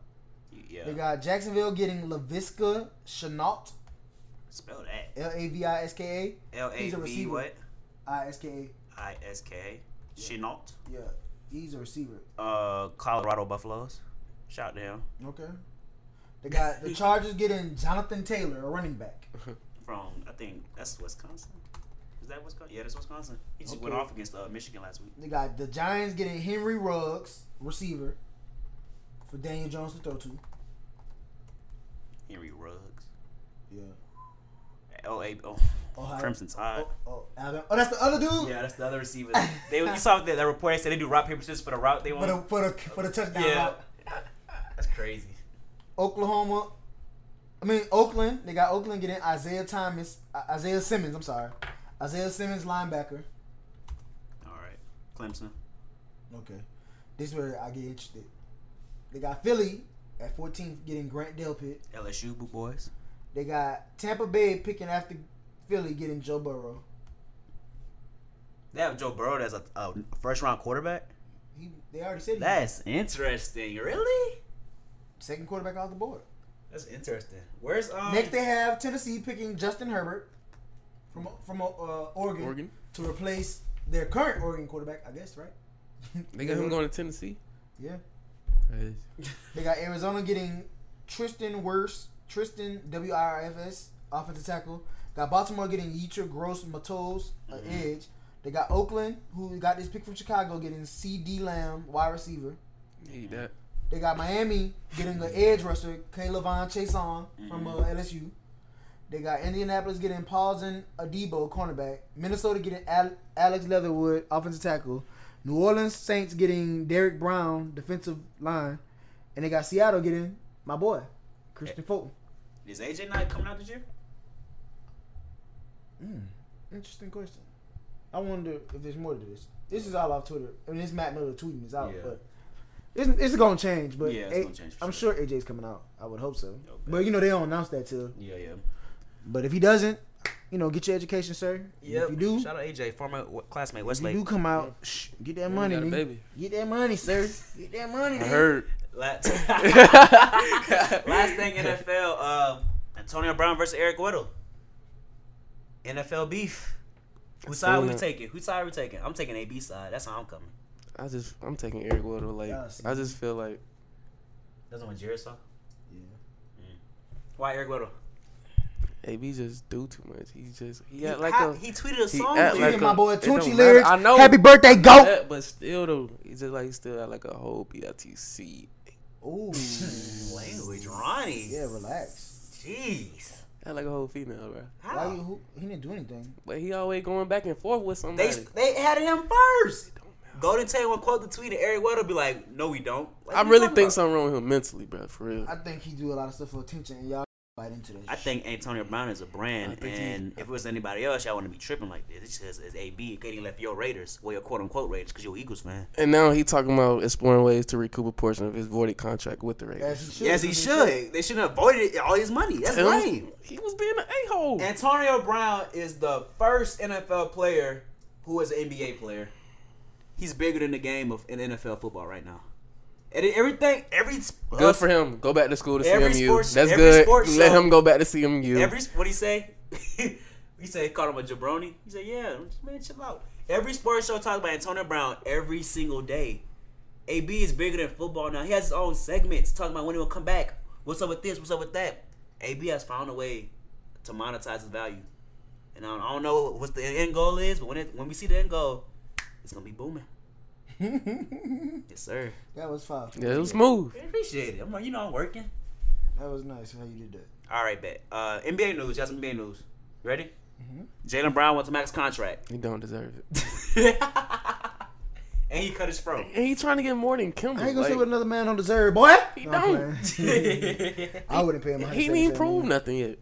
Speaker 6: They
Speaker 7: Yeah.
Speaker 6: got Jacksonville getting Laviska Chenault,
Speaker 7: Spell that.
Speaker 6: L A V I S K
Speaker 7: L A
Speaker 6: He's a
Speaker 7: V
Speaker 6: receiver.
Speaker 7: what?
Speaker 6: A, I S K A.
Speaker 7: I S K. Chenault.
Speaker 6: Yeah, he's a receiver.
Speaker 7: Uh, Colorado Buffaloes. Shout down
Speaker 6: Okay. They got the Chargers getting Jonathan Taylor, a running back.
Speaker 7: from I think that's Wisconsin. Is that Wisconsin? Yeah, that's Wisconsin. He just went
Speaker 6: Okay.
Speaker 7: off against uh, Michigan last week.
Speaker 6: They got the Giants getting Henry Ruggs, receiver, for Daniel Jones to throw to.
Speaker 7: Henry Ruggs.
Speaker 6: Yeah.
Speaker 7: L A. Oh,
Speaker 6: Ohio.
Speaker 7: Crimson Tide.
Speaker 6: Oh, oh, Alabama. oh, that's the other dude.
Speaker 7: Yeah, that's the other receiver. they you saw that that report they said they do rock paper scissors for the route they
Speaker 6: For the
Speaker 7: want.
Speaker 6: for the for the touchdown.
Speaker 7: Yeah,
Speaker 6: route.
Speaker 7: that's crazy.
Speaker 6: Oklahoma. I mean Oakland. They got Oakland getting Isaiah Thomas, I- Isaiah Simmons. I'm sorry, Isaiah Simmons, linebacker.
Speaker 7: All right, Clemson.
Speaker 6: Okay, this is where I get interested. They got Philly at 14 getting Grant Delpit.
Speaker 7: LSU Boo Boys.
Speaker 6: They got Tampa Bay picking after Philly getting Joe Burrow.
Speaker 7: They have Joe Burrow as a, a first round quarterback.
Speaker 6: He, they already said he
Speaker 7: That's interesting. Really?
Speaker 6: second quarterback off the board.
Speaker 7: That's interesting. Where's um?
Speaker 6: Next they have Tennessee picking Justin Herbert from from uh, Oregon,
Speaker 3: Oregon.
Speaker 6: to replace their current Oregon quarterback. I guess right.
Speaker 3: They got him going to Tennessee.
Speaker 6: Yeah.
Speaker 3: Crazy.
Speaker 6: They got Arizona getting Tristan Wirfs, Tristan W I R F S, offensive tackle. Got Baltimore getting Yeter Gross Matos, an edge. They got Oakland, who got this pick from Chicago, getting C D Lamb, wide receiver.
Speaker 3: Need that.
Speaker 6: They got Miami getting an edge rusher, Kalevon Chason from
Speaker 7: Mm-hmm.
Speaker 6: uh, LSU. They got Indianapolis getting Paulson Adebo, cornerback. Minnesota getting Al- Alex Leatherwood, offensive tackle. New Orleans Saints getting Derek Brown, defensive line. And they got Seattle getting my boy, Christian Fulton.
Speaker 7: Is AJ not coming out this year?
Speaker 6: Interesting question. I wonder if there's more to this. This is all off Twitter. I mean, it's Matt Miller tweeting this out,
Speaker 7: Yeah.
Speaker 6: but it's, it's going to change. But
Speaker 7: Yeah, it's
Speaker 6: A-
Speaker 7: gonna change for
Speaker 6: I'm
Speaker 7: sure.
Speaker 6: sure AJ's coming out. I would hope so.
Speaker 7: bet.
Speaker 6: But you know they don't announce that till.
Speaker 7: Yeah, yeah.
Speaker 6: But if he doesn't, you know, get your education, sir. Yeah. If you do,
Speaker 7: shout out AJ, former w- classmate
Speaker 6: if you
Speaker 7: Westlake.
Speaker 6: do come out, shh, get that money,
Speaker 3: got a
Speaker 6: nigga.
Speaker 3: baby.
Speaker 6: Get that money, sir. Get that money.
Speaker 3: I
Speaker 6: nigga.
Speaker 3: heard.
Speaker 7: Last, last thing NFL, uh, Antonio Brown versus Eric Weddle. NFL beef. Who side we
Speaker 3: seen it.
Speaker 7: taking? Who side we taking? I'm taking AB side. That's how I'm coming.
Speaker 3: I just I'm taking Eric Weddle. Like
Speaker 6: Yeah, I see.
Speaker 3: I just feel like
Speaker 7: Doesn't want Jared song. Mm. Why Eric Weddle?
Speaker 3: AB just do too much. He just he,
Speaker 7: He,
Speaker 3: got like
Speaker 7: how-
Speaker 3: a
Speaker 7: he tweeted a
Speaker 3: he
Speaker 7: song.
Speaker 3: act
Speaker 7: with-
Speaker 3: like
Speaker 6: Even my
Speaker 3: a-
Speaker 6: boy
Speaker 3: it don't
Speaker 6: Tunchi
Speaker 3: matter.
Speaker 6: lyrics.
Speaker 3: I know.
Speaker 6: Happy birthday,
Speaker 3: Yeah,
Speaker 6: goat.
Speaker 3: but still though, he just like he still got like a whole BITC.
Speaker 6: Ooh,
Speaker 7: language, Ronnie.
Speaker 6: yeah, relax.
Speaker 7: Jeez.
Speaker 3: Got like a whole female, bro.
Speaker 6: Why you?
Speaker 7: How?
Speaker 6: Who, he didn't do anything.
Speaker 3: But he always going back and forth with
Speaker 7: They
Speaker 3: somebody.
Speaker 7: they had him first. Golden Tate will quote the tweet, and Eric Weddle be like, "No, we don't." Like,
Speaker 3: I
Speaker 7: what you
Speaker 3: really
Speaker 7: talking
Speaker 3: think
Speaker 7: about?
Speaker 3: something wrong with him mentally, bro. For real.
Speaker 6: I think he do a lot of stuff for attention, and y'all bite into that.
Speaker 7: I think Antonio Brown is a
Speaker 3: I
Speaker 7: brand,
Speaker 3: think he-
Speaker 7: and if it was anybody else, y'all wouldn't be tripping like this. It's just it's AB getting left for your Raiders, well, your quote unquote Raiders, because you're an Eagles fan.
Speaker 3: And now he talking about exploring ways to recoup a portion of his voided contract with the
Speaker 6: As
Speaker 3: Raiders.
Speaker 6: he should.
Speaker 7: Yes, he should. They shouldn't have avoided all his money. That's
Speaker 3: Tell him
Speaker 7: lame.
Speaker 3: He was being an a hole.
Speaker 7: Antonio Brown is the first NFL player who is an NBA player. He's bigger than the game of in NFL football right now. And everything, every
Speaker 3: Good for him. Go back to school to
Speaker 7: every
Speaker 3: CMU.
Speaker 7: sports-
Speaker 3: That's
Speaker 7: every
Speaker 3: good.
Speaker 7: sports
Speaker 3: Let
Speaker 7: show-
Speaker 3: him go back to CMU.
Speaker 7: Every what he say? he said he called him a jabroni. He said, "Yeah, man, chill out." Every sports show talks about Antonio Brown every single day. AB is bigger than football now. He has his own segments talking about when he will come back. What's up with this? What's up with that? AB has found a way to monetize his value, and I don't, I don't know what the end goal is, but when it, when we see the end goal, it's gonna be booming. yes, sir.
Speaker 6: That was fine.
Speaker 3: yeah, it was smooth.
Speaker 7: I appreciate it. I'm like, you know, I'm working.
Speaker 6: That was nice how you did that.
Speaker 7: All right, bet. Uh, NBA news. Y'all some NBA news. You ready? Mm-hmm. Jalen Brown wants a max contract.
Speaker 3: He don't deserve it.
Speaker 7: and he cut his throat.
Speaker 3: And he trying to get more than Kimball.
Speaker 6: I ain't gonna
Speaker 3: like,
Speaker 6: say what another man don't deserve, boy.
Speaker 3: He
Speaker 6: No, I'm
Speaker 3: don't.
Speaker 6: playing.
Speaker 7: he
Speaker 6: I wouldn't pay him.
Speaker 3: he didn't even prove nothing yet.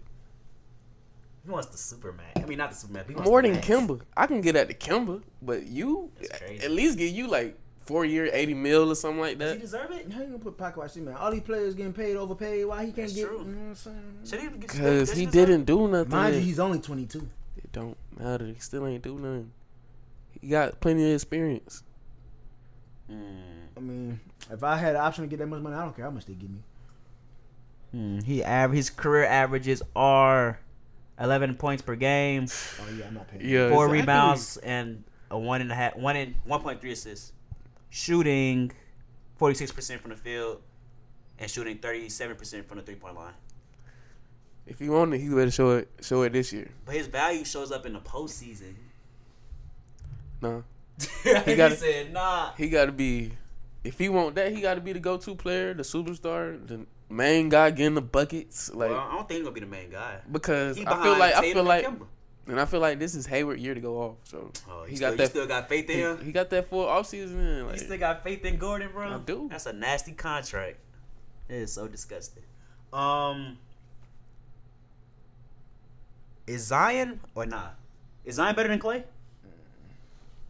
Speaker 7: wants the Superman. I mean, not the Superman. He wants
Speaker 3: More
Speaker 7: the
Speaker 3: than
Speaker 7: max.
Speaker 3: Kimba. I can get at the Kimba, but you
Speaker 7: That's crazy.
Speaker 3: at least get you like four year, eighty mil or something like
Speaker 7: Does he
Speaker 3: that.
Speaker 7: deserve it?
Speaker 6: How you gonna put pocket watch this man? All these players getting paid overpaid. Why he can't
Speaker 7: That's
Speaker 6: get?
Speaker 7: true.
Speaker 6: You know what I'm saying?
Speaker 7: Should he get-
Speaker 3: Cause
Speaker 7: does
Speaker 3: he
Speaker 7: deserve
Speaker 3: didn't do nothing.
Speaker 6: Mind you,
Speaker 3: yet.
Speaker 6: he's only 22.
Speaker 3: It don't matter. He still ain't do nothing. He got plenty of experience.
Speaker 7: it? Mm.
Speaker 6: I mean, if I had the option to get that much money, I don't care how much they give me.
Speaker 7: Mm. He aver- his career averages are 11 points per game,
Speaker 6: Oh yeah, I'm not paying.
Speaker 3: Yeah,
Speaker 7: four rebounds, and a one and a half, one and 1.3 assists. Shooting 46% from the field and shooting 37% from the three point line.
Speaker 3: If he wanted, he better show it. Show it this year.
Speaker 7: But his value shows up in the postseason.
Speaker 3: No,
Speaker 7: he
Speaker 3: gotta-
Speaker 7: said, "Nah."
Speaker 3: he got to be. If he want that, he got to be the go to player, the superstar, the main guy getting the buckets. Like
Speaker 7: Well, I don't think he's gonna be the main guy.
Speaker 3: because
Speaker 7: He
Speaker 3: I
Speaker 7: behind
Speaker 3: feel like I
Speaker 7: Tatum
Speaker 3: feel
Speaker 7: and
Speaker 3: like
Speaker 7: Kemba.
Speaker 3: and I feel like this is Hayward year to go off. So
Speaker 7: Oh,
Speaker 3: he
Speaker 7: you still,
Speaker 3: got
Speaker 7: you
Speaker 3: that.
Speaker 7: still got faith in
Speaker 3: He,
Speaker 7: him.
Speaker 3: he got that full offseason. in,
Speaker 7: You
Speaker 3: Like,
Speaker 7: still got faith in Gordon, bro.
Speaker 3: I do.
Speaker 7: That's a nasty contract. It is so disgusting. Um, is Zion or not? Is Zion better than Clay?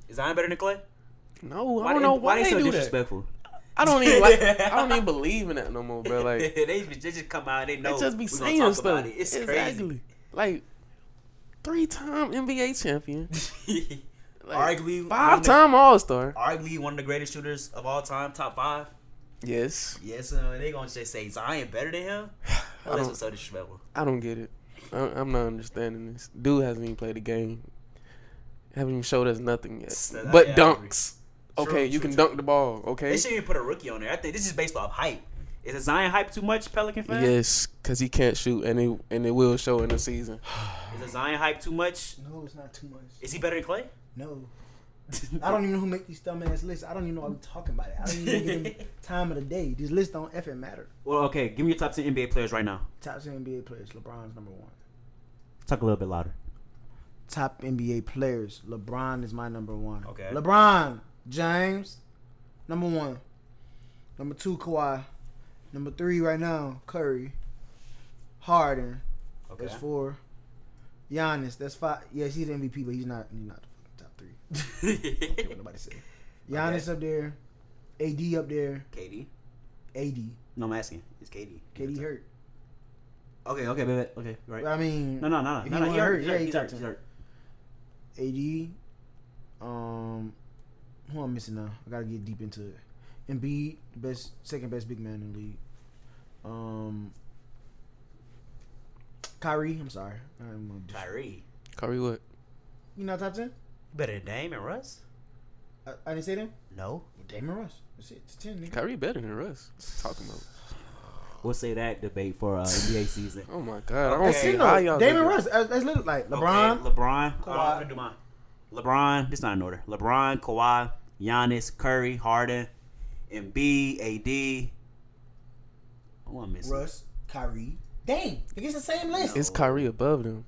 Speaker 7: Is Zion better than Clay?
Speaker 3: no, I don't know why, they,
Speaker 7: so
Speaker 3: do that.
Speaker 7: disrespectful?
Speaker 3: I don't even like. I don't even believe in that no more, bro. Like
Speaker 7: they, they just come out. They know.
Speaker 3: They just be
Speaker 7: we gonna
Speaker 3: saying
Speaker 7: talk
Speaker 3: stuff.
Speaker 7: About it. It's
Speaker 3: exactly. Like three time NBA champion,
Speaker 7: crazy.
Speaker 3: like,
Speaker 7: Arguably one
Speaker 3: five
Speaker 7: of the-
Speaker 3: time All Star.
Speaker 7: arguably one of the greatest shooters of all time, top five.
Speaker 3: Yes,
Speaker 7: Yes, uh, they gonna just say Zion better than him.
Speaker 3: I
Speaker 7: Oh, this
Speaker 3: don't-
Speaker 7: is so disrespectful.
Speaker 3: I don't get it. I, I'm not understanding this. Dude hasn't even played the game. Haven't even showed us nothing yet.
Speaker 7: So,
Speaker 3: But
Speaker 7: yeah, I agree.
Speaker 3: dunks.
Speaker 7: True,
Speaker 3: Okay, you
Speaker 7: true,
Speaker 3: can
Speaker 7: true.
Speaker 3: dunk the ball. Okay.
Speaker 7: They shouldn't even put a rookie on there. I think this is based off hype. Is the Zion hype too much, Pelican fan?
Speaker 3: Yes, because he can't shoot, and it and it will show in the season.
Speaker 7: Is the Zion hype too much?
Speaker 6: No, it's not too much.
Speaker 7: Is he better than Clay?
Speaker 6: No. I don't even know who make these dumb ass lists. I don't even know why we talking about it. I don't even give them time of the day. These lists don't effing matter.
Speaker 7: Well, okay. Give me your top ten NBA players right now.
Speaker 6: Top 10 NBA players. LeBron's number one.
Speaker 7: Talk a little bit louder.
Speaker 6: Top NBA players. LeBron is my number one.
Speaker 7: Okay.
Speaker 6: LeBron James, number one. Number two, Kawhi. Number three, right now, Curry. Harden.
Speaker 7: Okay.
Speaker 6: That's four. Giannis. That's five. Yes, he's the MVP, but he's not. He's not the top three. That's what nobody said. Giannis up there, AD up there,
Speaker 7: KD.
Speaker 6: AD.
Speaker 7: No, I'm asking. It's KD.
Speaker 6: KD hurt.
Speaker 7: Okay. Okay. Baby. Okay. Right.
Speaker 6: I mean,
Speaker 7: No. No. No.
Speaker 6: If
Speaker 7: No.
Speaker 6: he
Speaker 7: No.
Speaker 6: wasn't
Speaker 7: He hurt.
Speaker 6: hurt,
Speaker 7: He's
Speaker 6: yeah,
Speaker 7: hurt.
Speaker 6: he
Speaker 7: He's
Speaker 6: top
Speaker 7: hurt. He's
Speaker 6: ten.
Speaker 7: hurt.
Speaker 6: AD. Um, who I'm missing now? I gotta get deep into it. Embiid, best, second best big man in the league. Um, Kyrie. I'm sorry. I'm gonna dis-
Speaker 7: Kyrie.
Speaker 3: Kyrie, what?
Speaker 6: You know top ten?
Speaker 7: Better than Dame and Russ?
Speaker 6: I, I didn't say them.
Speaker 7: No.
Speaker 6: Damon Russ. That's it. It's ten. Nigga.
Speaker 3: Kyrie better than Russ. What's he talking about?
Speaker 7: We'll say that debate for uh, NBA season.
Speaker 3: Oh my god, I don't
Speaker 6: It's
Speaker 3: see
Speaker 6: ten,
Speaker 3: how
Speaker 6: though.
Speaker 3: y'all.
Speaker 6: Damon
Speaker 3: niggas-
Speaker 6: Russ. That's, that's literally like LeBron.
Speaker 7: Okay, LeBron,
Speaker 6: Kawhi.
Speaker 7: Kawhi, Kawhi. LeBron. This not in order. LeBron, Kawhi, Giannis, Curry, Harden, Embiid, AD. Oh, I'm missing.
Speaker 6: Russ, Kyrie, Dame. It gets the same list.
Speaker 3: Is Kyrie above them?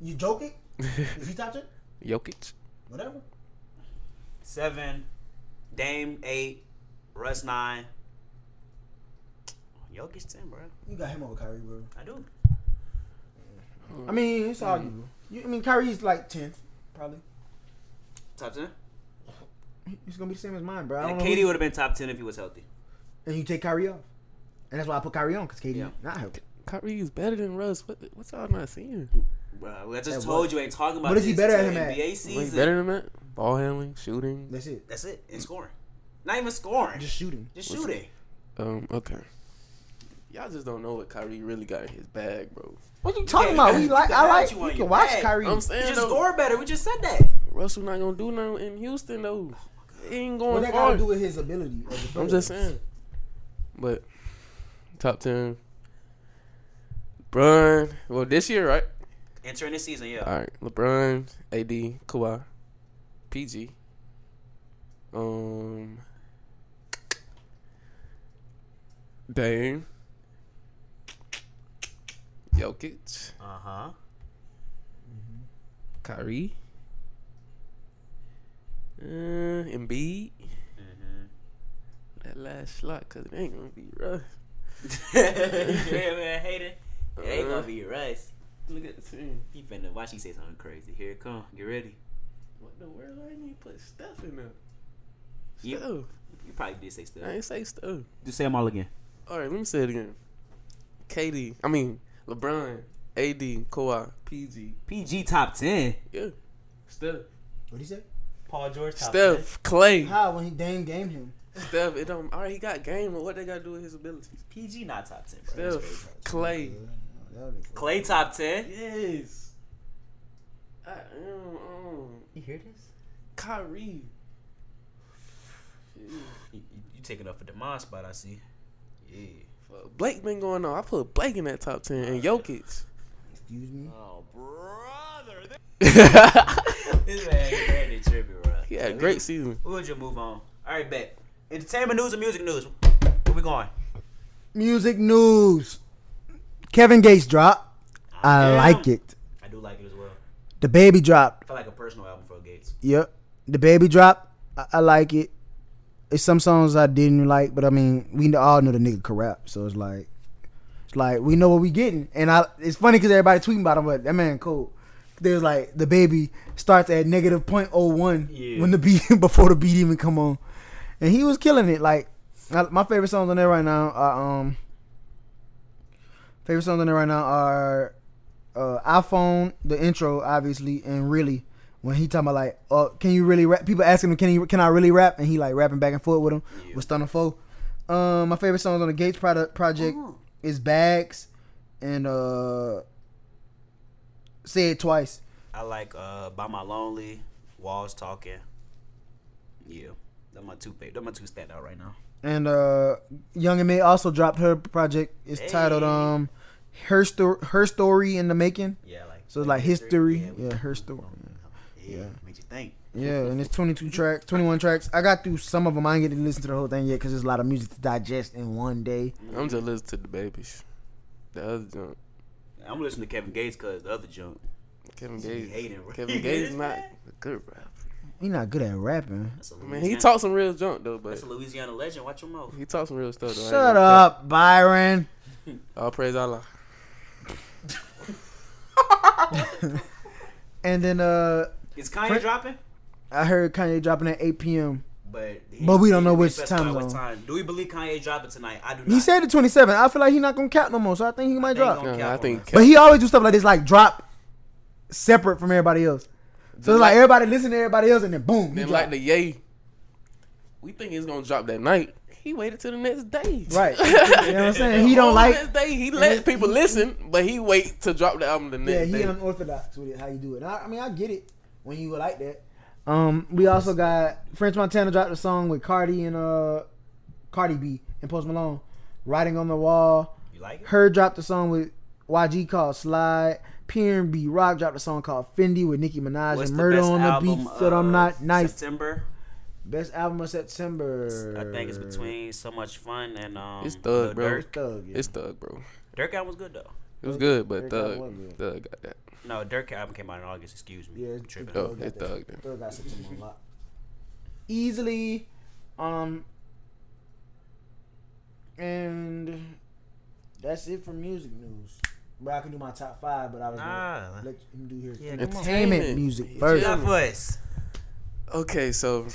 Speaker 6: You joking? Is he top ten?
Speaker 3: Jokic.
Speaker 6: Whatever.
Speaker 7: Seven, Dame eight, Russ nine. Jokic ten, bro.
Speaker 6: You got him over Kyrie, bro.
Speaker 7: I do.
Speaker 6: I mean, it's arguable. You, I mean, Kyrie's like tenth, probably.
Speaker 7: Top ten.
Speaker 6: It's gonna be the same as mine, bro. I don't
Speaker 7: And
Speaker 6: know
Speaker 7: KD
Speaker 6: who-
Speaker 7: would have been top ten if he was healthy.
Speaker 6: and you take Kyrie off, and that's why I put Kyrie on because KD
Speaker 7: Yeah.
Speaker 6: not healthy.
Speaker 3: Kyrie is better than Russ. What, what's y'all not seeing?
Speaker 7: Bro, I just
Speaker 6: At
Speaker 7: told
Speaker 6: what?
Speaker 7: you ain't talking about.
Speaker 6: What is he
Speaker 7: this
Speaker 6: better at
Speaker 7: till
Speaker 6: him at?
Speaker 7: NBA
Speaker 3: Wait,
Speaker 7: season.
Speaker 3: better than that? Ball handling, shooting.
Speaker 6: That's it.
Speaker 7: That's it. And scoring. Not even scoring.
Speaker 6: Just shooting.
Speaker 7: Just shooting.
Speaker 3: Um, okay. Y'all just don't know what Kyrie really got in his bag, bro.
Speaker 6: What you talking
Speaker 7: Yeah,
Speaker 6: about?
Speaker 7: you
Speaker 6: We
Speaker 7: can
Speaker 6: like. I
Speaker 7: have
Speaker 6: like.
Speaker 7: you
Speaker 6: We
Speaker 7: on
Speaker 6: can
Speaker 7: your
Speaker 6: watch
Speaker 7: back.
Speaker 6: Kyrie.
Speaker 3: I'm
Speaker 7: You
Speaker 3: saying
Speaker 7: just
Speaker 3: though,
Speaker 7: score better. We just said that.
Speaker 3: Russell not gonna do nothing in Houston though. He ain't
Speaker 6: What
Speaker 3: going
Speaker 6: that got
Speaker 3: far.
Speaker 6: to do with his ability? as a
Speaker 3: I'm
Speaker 6: player?
Speaker 3: just saying. But top ten, LeBron. Well, this year, right?
Speaker 7: Entering the season, yeah.
Speaker 3: All right, LeBron, AD, Kawhi, PG. Um, Dame, Jokic,
Speaker 7: Uh huh.
Speaker 3: Kyrie, uh, Embiid. That last slot, cause it ain't gonna be rough.
Speaker 7: yeah, man, Hayden. It ain't
Speaker 3: Uh-huh.
Speaker 7: gonna be Russ.
Speaker 3: Look at the team.
Speaker 7: He finna watch. He say something crazy. Here it come. Get ready.
Speaker 3: What the world? I didn't even put stuff in there.
Speaker 7: You,
Speaker 3: Stuff.
Speaker 7: you probably did say
Speaker 3: I
Speaker 7: stuff.
Speaker 3: ain't say stuff.
Speaker 7: Just say them all again.
Speaker 3: All right, let me say it again. KD, I mean LeBron, AD, Kawhi, PG,
Speaker 7: PG top ten.
Speaker 3: yeah, Steph,
Speaker 6: What he say?
Speaker 7: Paul George
Speaker 3: Steph, Clay,
Speaker 6: How when he Dame gamed him?
Speaker 3: Steph. It don't. All right, he got game, but what they got to do with his abilities?
Speaker 7: PG not top ten. Bro.
Speaker 3: Steph, Clay,
Speaker 7: Clay top ten.
Speaker 3: yes. I am. Um,
Speaker 7: You hear this?
Speaker 3: Kyrie.
Speaker 7: You, you, you taking up for Demond spot? I see. Yeah.
Speaker 3: Fuck, Blake been going on. I put Blake in that top ten and Jokic.
Speaker 6: Excuse me.
Speaker 7: Oh, brother.
Speaker 3: he
Speaker 7: This man Brandon tripping, bro.
Speaker 3: had a great season.
Speaker 7: We would just move on. All right, bet. Entertainment news and music news. Where we going?
Speaker 6: Music news. Kevin Gates drop. I
Speaker 7: Yeah.
Speaker 6: like it.
Speaker 7: I do like it as well.
Speaker 6: The baby drop.
Speaker 7: I feel like a personal album for Gates.
Speaker 6: Yep. The baby drop. I, I like it. It's some songs I didn't like, but I mean, we all know the nigga can rap, so it's like, it's like we know what we getting. And I, it's funny because everybody tweeting about him, but that man cool. There's like the baby starts at negative point oh one
Speaker 7: Yeah.
Speaker 6: when the beat before the beat even come on, and he was killing it. Like I, my favorite songs on there right now are um, favorite songs on there right now are uh, iPhone, the intro, obviously, and really when he talking about like, uh, can you really rap? People asking him, can he, can I really rap? And he like rapping back and forth with him with Stunner Foe. Um, my favorite songs on the Gates product project is Bags and uh, Say It Twice.
Speaker 7: I like uh By My Lonely, Walls Talking. Yeah. That's my two favorite. That's my two standout right now.
Speaker 6: And uh, Young and May also dropped her project. It's titled
Speaker 7: Hey.
Speaker 6: um, her story, her story in the making.
Speaker 7: Yeah, I like.
Speaker 6: So it's like history,
Speaker 7: we-
Speaker 6: yeah, her story.
Speaker 7: Yeah, made you think.
Speaker 6: Yeah, and it's 22 tracks, 21 tracks. I got through some of them. I ain't get to listen to the whole thing yet because there's a lot of music to digest in one day.
Speaker 3: I'm just listening to the babies. The other junk.
Speaker 7: I'm listening to Kevin Gates because the other junk.
Speaker 3: Kevin
Speaker 7: He
Speaker 3: Gates.
Speaker 7: hating, bro.
Speaker 3: Kevin Gates not a good rapper.
Speaker 6: He not good at rapping.
Speaker 7: That's a
Speaker 3: I
Speaker 7: Louisiana,
Speaker 3: mean, he talked some real junk though, but
Speaker 7: That's a Louisiana legend. Watch your mouth.
Speaker 3: he talked some real stuff. Though. I ain't
Speaker 6: Shut
Speaker 3: gonna
Speaker 6: up, Byron.
Speaker 3: cap. All praise Allah.
Speaker 6: And then uh,
Speaker 7: Is Kanye
Speaker 6: Frank-
Speaker 7: dropping?
Speaker 6: I heard Kanye dropping at 8 p.m.
Speaker 7: But he-
Speaker 6: But we don't
Speaker 7: he
Speaker 6: know
Speaker 7: didn't
Speaker 6: which
Speaker 7: specify
Speaker 6: time
Speaker 7: what
Speaker 6: zone.
Speaker 7: Do we believe Kanye dropping tonight? I do not.
Speaker 6: He said the 27th. I feel like he not gonna count no more, so I think he might
Speaker 7: think
Speaker 6: drop.
Speaker 7: gonna-
Speaker 3: No,
Speaker 7: cap
Speaker 3: I
Speaker 7: on
Speaker 3: think
Speaker 7: us.
Speaker 3: cap-
Speaker 6: But he always do stuff like this, like drop separate from everybody else. So it's like everybody listen to everybody else, and then boom. he
Speaker 3: then
Speaker 6: drop.
Speaker 3: like the yay. We think he's gonna drop that night. He waited till the next day.
Speaker 6: Right. you know what I'm saying? He don't
Speaker 3: All
Speaker 6: like.
Speaker 3: the next day. He let people listen, but he wait to drop the album the
Speaker 6: Yeah,
Speaker 3: next
Speaker 6: he
Speaker 3: day.
Speaker 6: unorthodox with it. How you do it? And I, I mean, I get it when you were like that. Um, we also got French Montana dropped a song with Cardi and uh, Cardi B and Post Malone, "Writing on the Wall."
Speaker 7: You like it?
Speaker 6: Her dropped a song with YG called Slide. B Rock dropped a song called Fendi with Nicki Minaj
Speaker 7: What's
Speaker 6: and
Speaker 7: the
Speaker 6: Murder
Speaker 7: best
Speaker 6: on the
Speaker 7: album
Speaker 6: Beat. So I'm
Speaker 7: of
Speaker 6: not nice.
Speaker 7: September.
Speaker 6: Best album of September.
Speaker 7: I think it's between So Much Fun and um.
Speaker 3: It's Thug,
Speaker 7: Lil
Speaker 3: bro.
Speaker 7: Durk.
Speaker 6: Thug. Yeah.
Speaker 3: It's Thug, bro.
Speaker 7: Dirk album was good though.
Speaker 3: It was good, but
Speaker 6: Eric got one
Speaker 3: Thug,
Speaker 6: good.
Speaker 3: Thug got that.
Speaker 7: No, Dirk album came out in August. Excuse me.
Speaker 6: Yeah,
Speaker 7: I'm
Speaker 6: it's-
Speaker 7: tripping.
Speaker 3: Oh,
Speaker 6: Thug got
Speaker 3: it's
Speaker 6: that.
Speaker 3: Thug. then.
Speaker 6: Thug got September on lock. Easily. Um and that's it for music news. But I can do my top five, but I was gonna
Speaker 7: Ah,
Speaker 6: let him do his
Speaker 7: Yeah, come on.
Speaker 6: entertainment music first.
Speaker 7: Enough us.
Speaker 3: Okay, so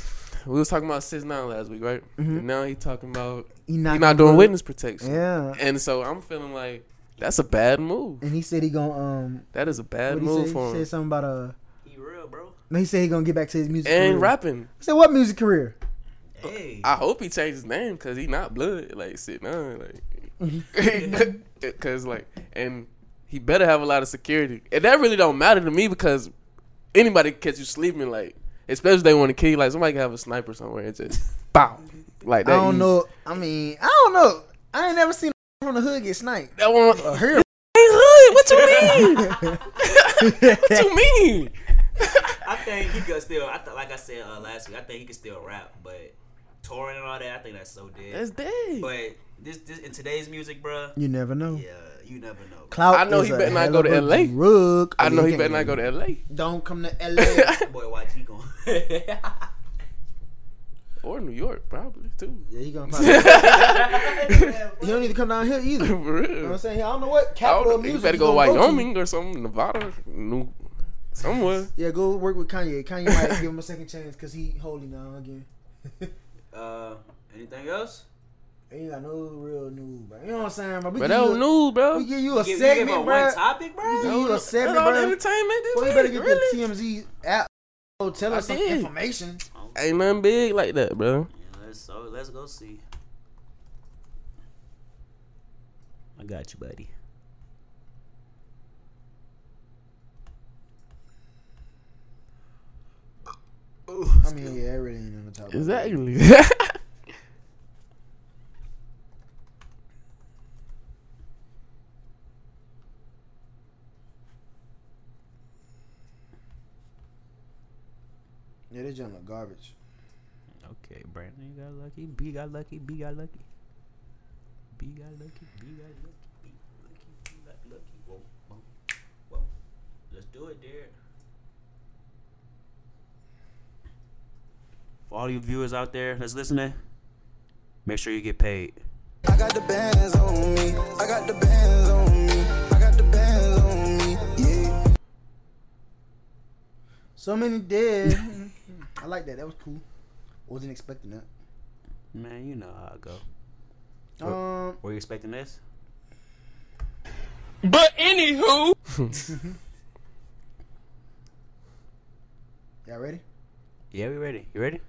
Speaker 3: we was talking about Six Nine last week, right? And now he talking about
Speaker 6: He
Speaker 3: he
Speaker 6: Mm-hmm. not
Speaker 3: not doing witness protection.
Speaker 6: Yeah.
Speaker 3: And so I'm feeling like that's a bad move.
Speaker 6: And he said he gonna um
Speaker 3: That is a bad
Speaker 6: what he
Speaker 3: move
Speaker 6: say?
Speaker 3: for
Speaker 6: He
Speaker 3: him.
Speaker 6: said something about uh
Speaker 7: He real, bro.
Speaker 6: no, he said he gonna get back to his music career.
Speaker 3: And rapping.
Speaker 6: He said what music career?
Speaker 7: Hey.
Speaker 3: I hope he changed his name because he not blood like Six Nine like.
Speaker 6: Mm-hmm.
Speaker 3: Because like and he better have a lot of security. And that really don't matter to me because anybody can catch you sleeping like. Especially if they want to kill you. Like somebody can have a sniper somewhere and just bow like
Speaker 6: I
Speaker 3: that.
Speaker 6: don't
Speaker 3: easy.
Speaker 6: know. I mean, I don't know. I ain't never seen a from the hood get sniped.
Speaker 3: That one.
Speaker 6: A hero.
Speaker 3: hood. What you mean? what you mean?
Speaker 7: I think he could still. I th- like I said uh, last week. I think he could still rap, but touring and all that. I think that's so dead.
Speaker 3: That's dead.
Speaker 7: but this, this in today's music, bro.
Speaker 6: You never know.
Speaker 7: Yeah, you never know. bro.
Speaker 6: Clout
Speaker 3: I know
Speaker 6: is
Speaker 3: he
Speaker 6: a
Speaker 3: better not
Speaker 6: hell
Speaker 3: go
Speaker 6: of
Speaker 3: to
Speaker 6: a
Speaker 3: LA.
Speaker 6: drug.
Speaker 3: I know he
Speaker 6: can't
Speaker 3: better not go to L.A.
Speaker 6: Don't come to LA.
Speaker 7: Boy, YG going. yeah,
Speaker 3: or New York, probably too.
Speaker 6: yeah, he gonna probably. he don't need to come down here either. You know
Speaker 3: For
Speaker 6: what
Speaker 3: real.
Speaker 6: I'm saying? I don't know what
Speaker 3: I
Speaker 6: capital
Speaker 3: don't-
Speaker 6: of
Speaker 3: he
Speaker 6: music.
Speaker 3: better
Speaker 6: he
Speaker 3: go
Speaker 6: gonna to.
Speaker 3: Wyoming or something, Nevada, New, somewhere.
Speaker 6: Yeah, go work with Kanye. Kanye might give him a second chance because he holy now again.
Speaker 7: uh, anything else?
Speaker 6: Ain't got no real news, bro. You know what I'm saying, bro? We
Speaker 3: But
Speaker 6: give
Speaker 3: that
Speaker 6: you
Speaker 3: was
Speaker 6: a-
Speaker 3: new, bro.
Speaker 6: We give you a
Speaker 7: Give, you give
Speaker 6: segment,
Speaker 7: a
Speaker 6: bro.
Speaker 7: one topic, bro.
Speaker 6: Yeah. you a segment,
Speaker 3: all
Speaker 6: bruh.
Speaker 3: entertainment this
Speaker 6: Well, you better
Speaker 3: week,
Speaker 6: get
Speaker 3: really?
Speaker 6: the TMZ app. Oh, Tell
Speaker 3: I
Speaker 6: us some
Speaker 3: did.
Speaker 6: information.
Speaker 3: Ain't nothing big like that, bro.
Speaker 7: Yeah, let's so let's go see. I got you, buddy.
Speaker 6: I mean, yeah, it really ain't on the top.
Speaker 3: Exactly.
Speaker 6: Yeah, this junk look garbage.
Speaker 7: Okay, Brandon got lucky. B got lucky. B got lucky. B got lucky. B got lucky. B lucky. B got lucky. Whoa, whoa, whoa. Let's do it, Derek. For all you viewers out there that's listening, make sure you get paid.
Speaker 5: I got the bands on me. I got the bands on me. I got the bands on me. Yeah.
Speaker 6: So many dead. I like that. That was cool. Wasn't expecting that.
Speaker 7: Man, you know how I go.
Speaker 6: Um,
Speaker 7: Were you expecting this?
Speaker 3: but anywho,
Speaker 6: y'all ready?
Speaker 7: Yeah, we ready. You ready?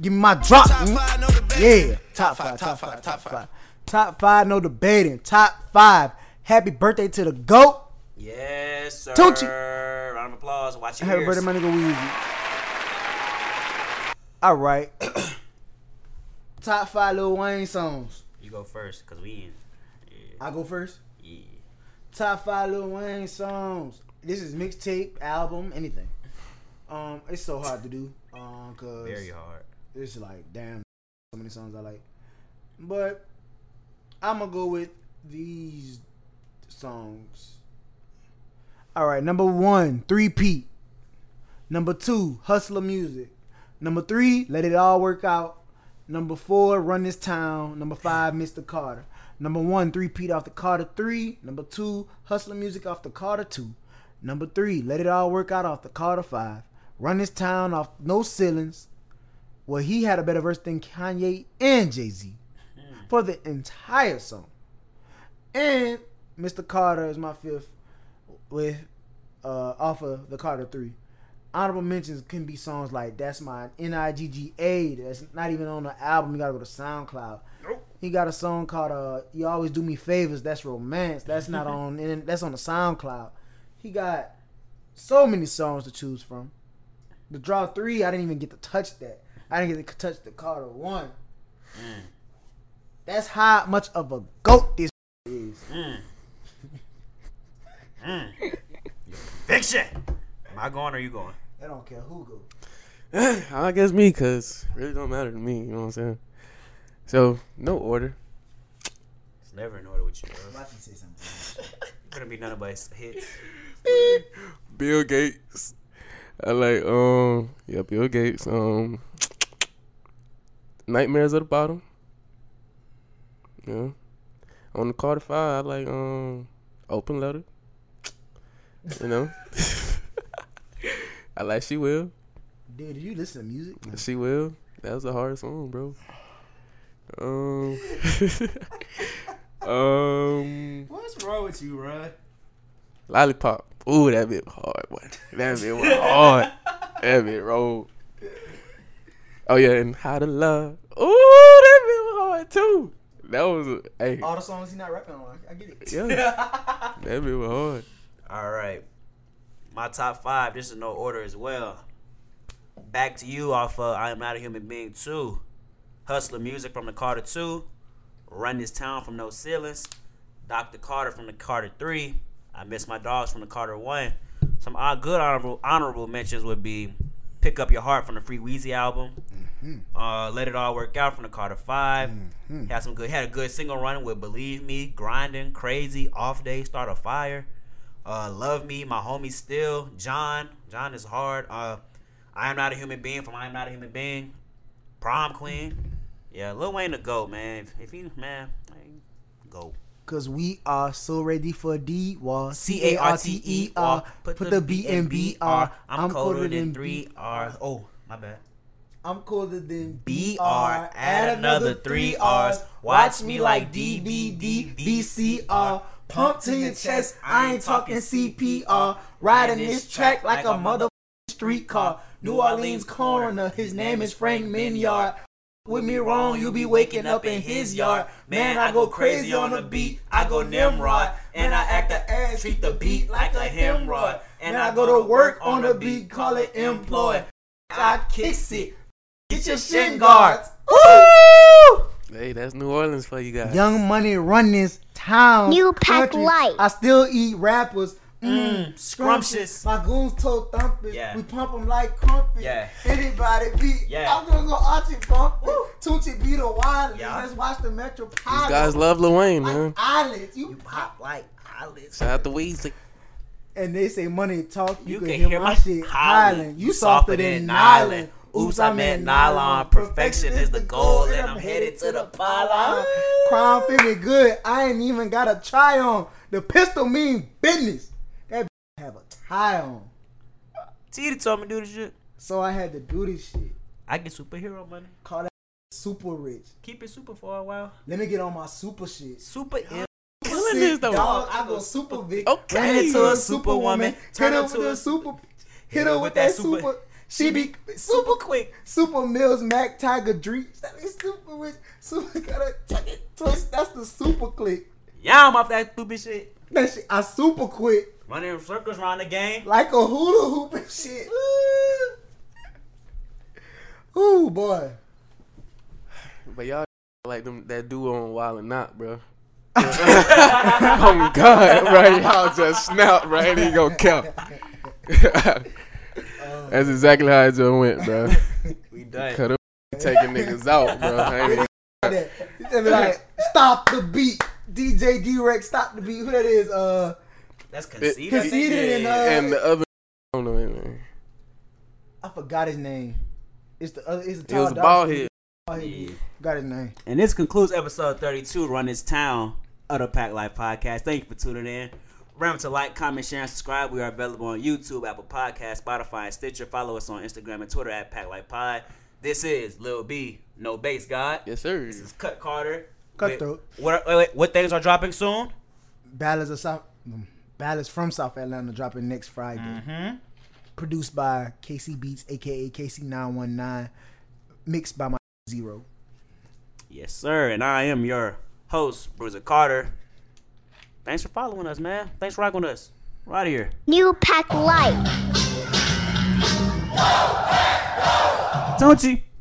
Speaker 6: Give me my drop.
Speaker 5: Top
Speaker 6: mm.
Speaker 5: five, no debate.
Speaker 6: Yeah, top five, top five, top five, top five. No debating. Top five. Happy birthday to the goat.
Speaker 7: Yes, sir.
Speaker 6: Tucci.
Speaker 7: Round of applause. Watch your
Speaker 6: Happy
Speaker 7: ears.
Speaker 6: birthday, my nigga Weezy. All right. top five Lil Wayne songs.
Speaker 7: You go first, cause we in. Yeah.
Speaker 6: I go first.
Speaker 7: yeah.
Speaker 6: Top five Lil Wayne songs. This is mixtape, album, anything. Um, it's so hard to do. Um, cause
Speaker 7: Very hard.
Speaker 6: it's like damn so many songs I like. But I'm gonna go with these songs. All right, number one, Three P. Number two, Hustler Music. Number three, Let It All Work Out. Number four, Run This Town. Number five, Mr. Carter. Number one, Three Pete off the Carter Three. Number two, Hustler Music off the Carter Two. Number three, Let It All Work Out off the Carter Five. Run This Town off No Ceilings. Well, he had a better verse than Kanye and Jay Z for the entire song. And Mr. Carter is my fifth with uh, off of the Carter Three. honorable mentions can be songs like "That's My N.I.G.G.A." That's not even on the album. You gotta go to SoundCloud. Nope. He got a song called uh, "You Always Do Me Favors." That's romance. That's not on. and that's on the SoundCloud. He got so many songs to choose from. The draw three, I didn't even get to touch that. I didn't get to touch the Carter one. That's how much of a goat this is.
Speaker 7: Fiction. Am I going or you going?
Speaker 6: I don't care who goes.
Speaker 3: I guess me, cause it really don't matter to me. You know what I'm saying? So no order.
Speaker 7: It's never in order with you. Bro.
Speaker 9: Watch me say something.
Speaker 7: It's gonna be none of us hits.
Speaker 3: Bill Gates. I like um yeah Bill Gates um Nightmares at the bottom. Yeah. On the Carter Five, I like um Open Letter. You know. I like She Will.
Speaker 6: Dude, did you listen to music?
Speaker 3: She Will. That was a hard song, bro. Um Um
Speaker 9: What's wrong with you, bro?
Speaker 3: Lollipop. Ooh, that bit hard, boy. That bit was hard. that bit rolled. Oh yeah, and how to love. Ooh, that bit was hard too. That was a, hey.
Speaker 6: Oh,
Speaker 9: All the songs he not rapping on. I get it.
Speaker 3: Yeah. that bit was hard.
Speaker 7: All right. My top five. This is no order as well. Back to you off of I Am Not a Human Being 2. Hustler Music from the Carter 2. Run This Town from No Ceilings. Dr. Carter from the Carter 3. I Miss My Dogs from the Carter 1. Some odd good honorable, honorable mentions would be Pick Up Your Heart from the Free Weezy album. Uh, Let It All Work Out from the Carter 5. Had some good had a good single run with Believe Me, Grinding, Crazy, Off Day, Start a Fire uh, Love Me, My Homie Still, John. John is hard. Uh, I Am Not a Human Being from I Am Not a Human Being, Prom Queen. Yeah, Lil Wayne to go, man. If, if he, man, man, go.
Speaker 6: Cause we are so ready for D war.
Speaker 7: C A R T E R. Put the B in B R. I'm colder than
Speaker 6: B-
Speaker 7: 3R. Oh, my bad.
Speaker 6: I'm colder than
Speaker 7: B R. Add another 3Rs. Watch me like DVD, VCR.
Speaker 6: Pump to your chest, I ain't talking CPR. Riding this track like a mother street car. New Orleans coroner, his name is Frank Minyard. With me wrong, you be waking up in his yard. Man, I go crazy on the beat, I go Nimrod. And I act the ass, treat the beat like a hemorrhoid. And I go to work on the beat, call it employ. I kicks it, get your shin guards. Woo!
Speaker 3: Hey, that's New Orleans for you guys.
Speaker 6: Young Money run this town.
Speaker 2: New pack light.
Speaker 6: I still eat rappers. Mm,
Speaker 7: Scrumptious.
Speaker 6: My goons toe thumpers.
Speaker 7: Yeah.
Speaker 6: We pump them like crumpets.
Speaker 7: Yeah.
Speaker 6: Anybody beat.
Speaker 7: Yeah.
Speaker 6: I'm gonna go Archie bump. Tucci beat a wild.
Speaker 7: Yeah.
Speaker 6: Let's watch the
Speaker 3: These
Speaker 6: Metropolitan.
Speaker 3: guys love Lil Wayne,
Speaker 6: like
Speaker 3: man.
Speaker 6: eyelids. You,
Speaker 7: Pop like eyelids.
Speaker 3: Shout out to Weezy.
Speaker 6: and they say money talk. You,
Speaker 7: You
Speaker 6: can, hear, my shit hollering. You softer than nylon. Oops, I meant nylon. Perfection is the goal, and I'm headed to the pylon. Crime feel me good. I ain't even got a try on. The pistol mean business. That b- have a tie on,
Speaker 7: Tita told me to do this shit.
Speaker 6: so I had to do this shit.
Speaker 7: I get superhero money.
Speaker 6: Call that super rich.
Speaker 7: Keep it super for a while.
Speaker 6: Let me get on my super shit.
Speaker 7: Super ill.
Speaker 3: Killing
Speaker 6: Sick
Speaker 3: this though.
Speaker 6: Dog, I go super Vic.
Speaker 3: Okay.
Speaker 6: Ran into a super
Speaker 7: Superwoman.
Speaker 6: woman. Turn her with a super. Hit her with that super. She be super
Speaker 7: quick.
Speaker 6: Super Mills, Mac, Tiger, Dreams. That is super rich. Super gotta tuck it, twist. That's the super click.
Speaker 7: Yeah, I'm off that stupid shit.
Speaker 6: That shit, I super quit
Speaker 7: Running in circles around the game.
Speaker 6: like a hula hoop and shit. Ooh boy,
Speaker 3: But y'all like them that duo on Wild and Not, bro. oh God, right? Y'all just snap, right? He gonna count. That's exactly how it just went, bro.
Speaker 7: We done.
Speaker 3: Cut up, taking niggas out, bro. I ain't even-
Speaker 6: that. They be like, stop the beat, DJ D Rex, stop the beat. Who that is? Uh,
Speaker 7: That's conceited.
Speaker 6: Conceited and, uh,
Speaker 3: and the other, I don't know, man.
Speaker 6: I forgot his name. It's the other. It's the
Speaker 3: It was a
Speaker 6: dog.
Speaker 3: ball hit.
Speaker 6: Bald head dude. Got his name.
Speaker 7: And this concludes episode 32, Run This Town, of the Pack Life Podcast. Thank you for tuning in. Remember to like, comment, share, and subscribe. We are available on YouTube, Apple Podcasts, Spotify, and Stitcher. Follow us on Instagram and Twitter at Pack Life Pod. This is Lil B, No Bass God.
Speaker 3: Yes, sir.
Speaker 7: This is Cut Carter.
Speaker 6: Cutthroat.
Speaker 7: Wait, What, wait, wait, what things are dropping soon?
Speaker 6: um, Ballads of South. Ballads from South Atlanta dropping next Friday. produced by KC Beats, aka KC919, mixed by my zero.
Speaker 7: Yes, sir. And I am your host, Bruiser Carter. Thanks for following us, man. Thanks for rocking with us. Right here.
Speaker 2: New pack light.
Speaker 7: Don't you?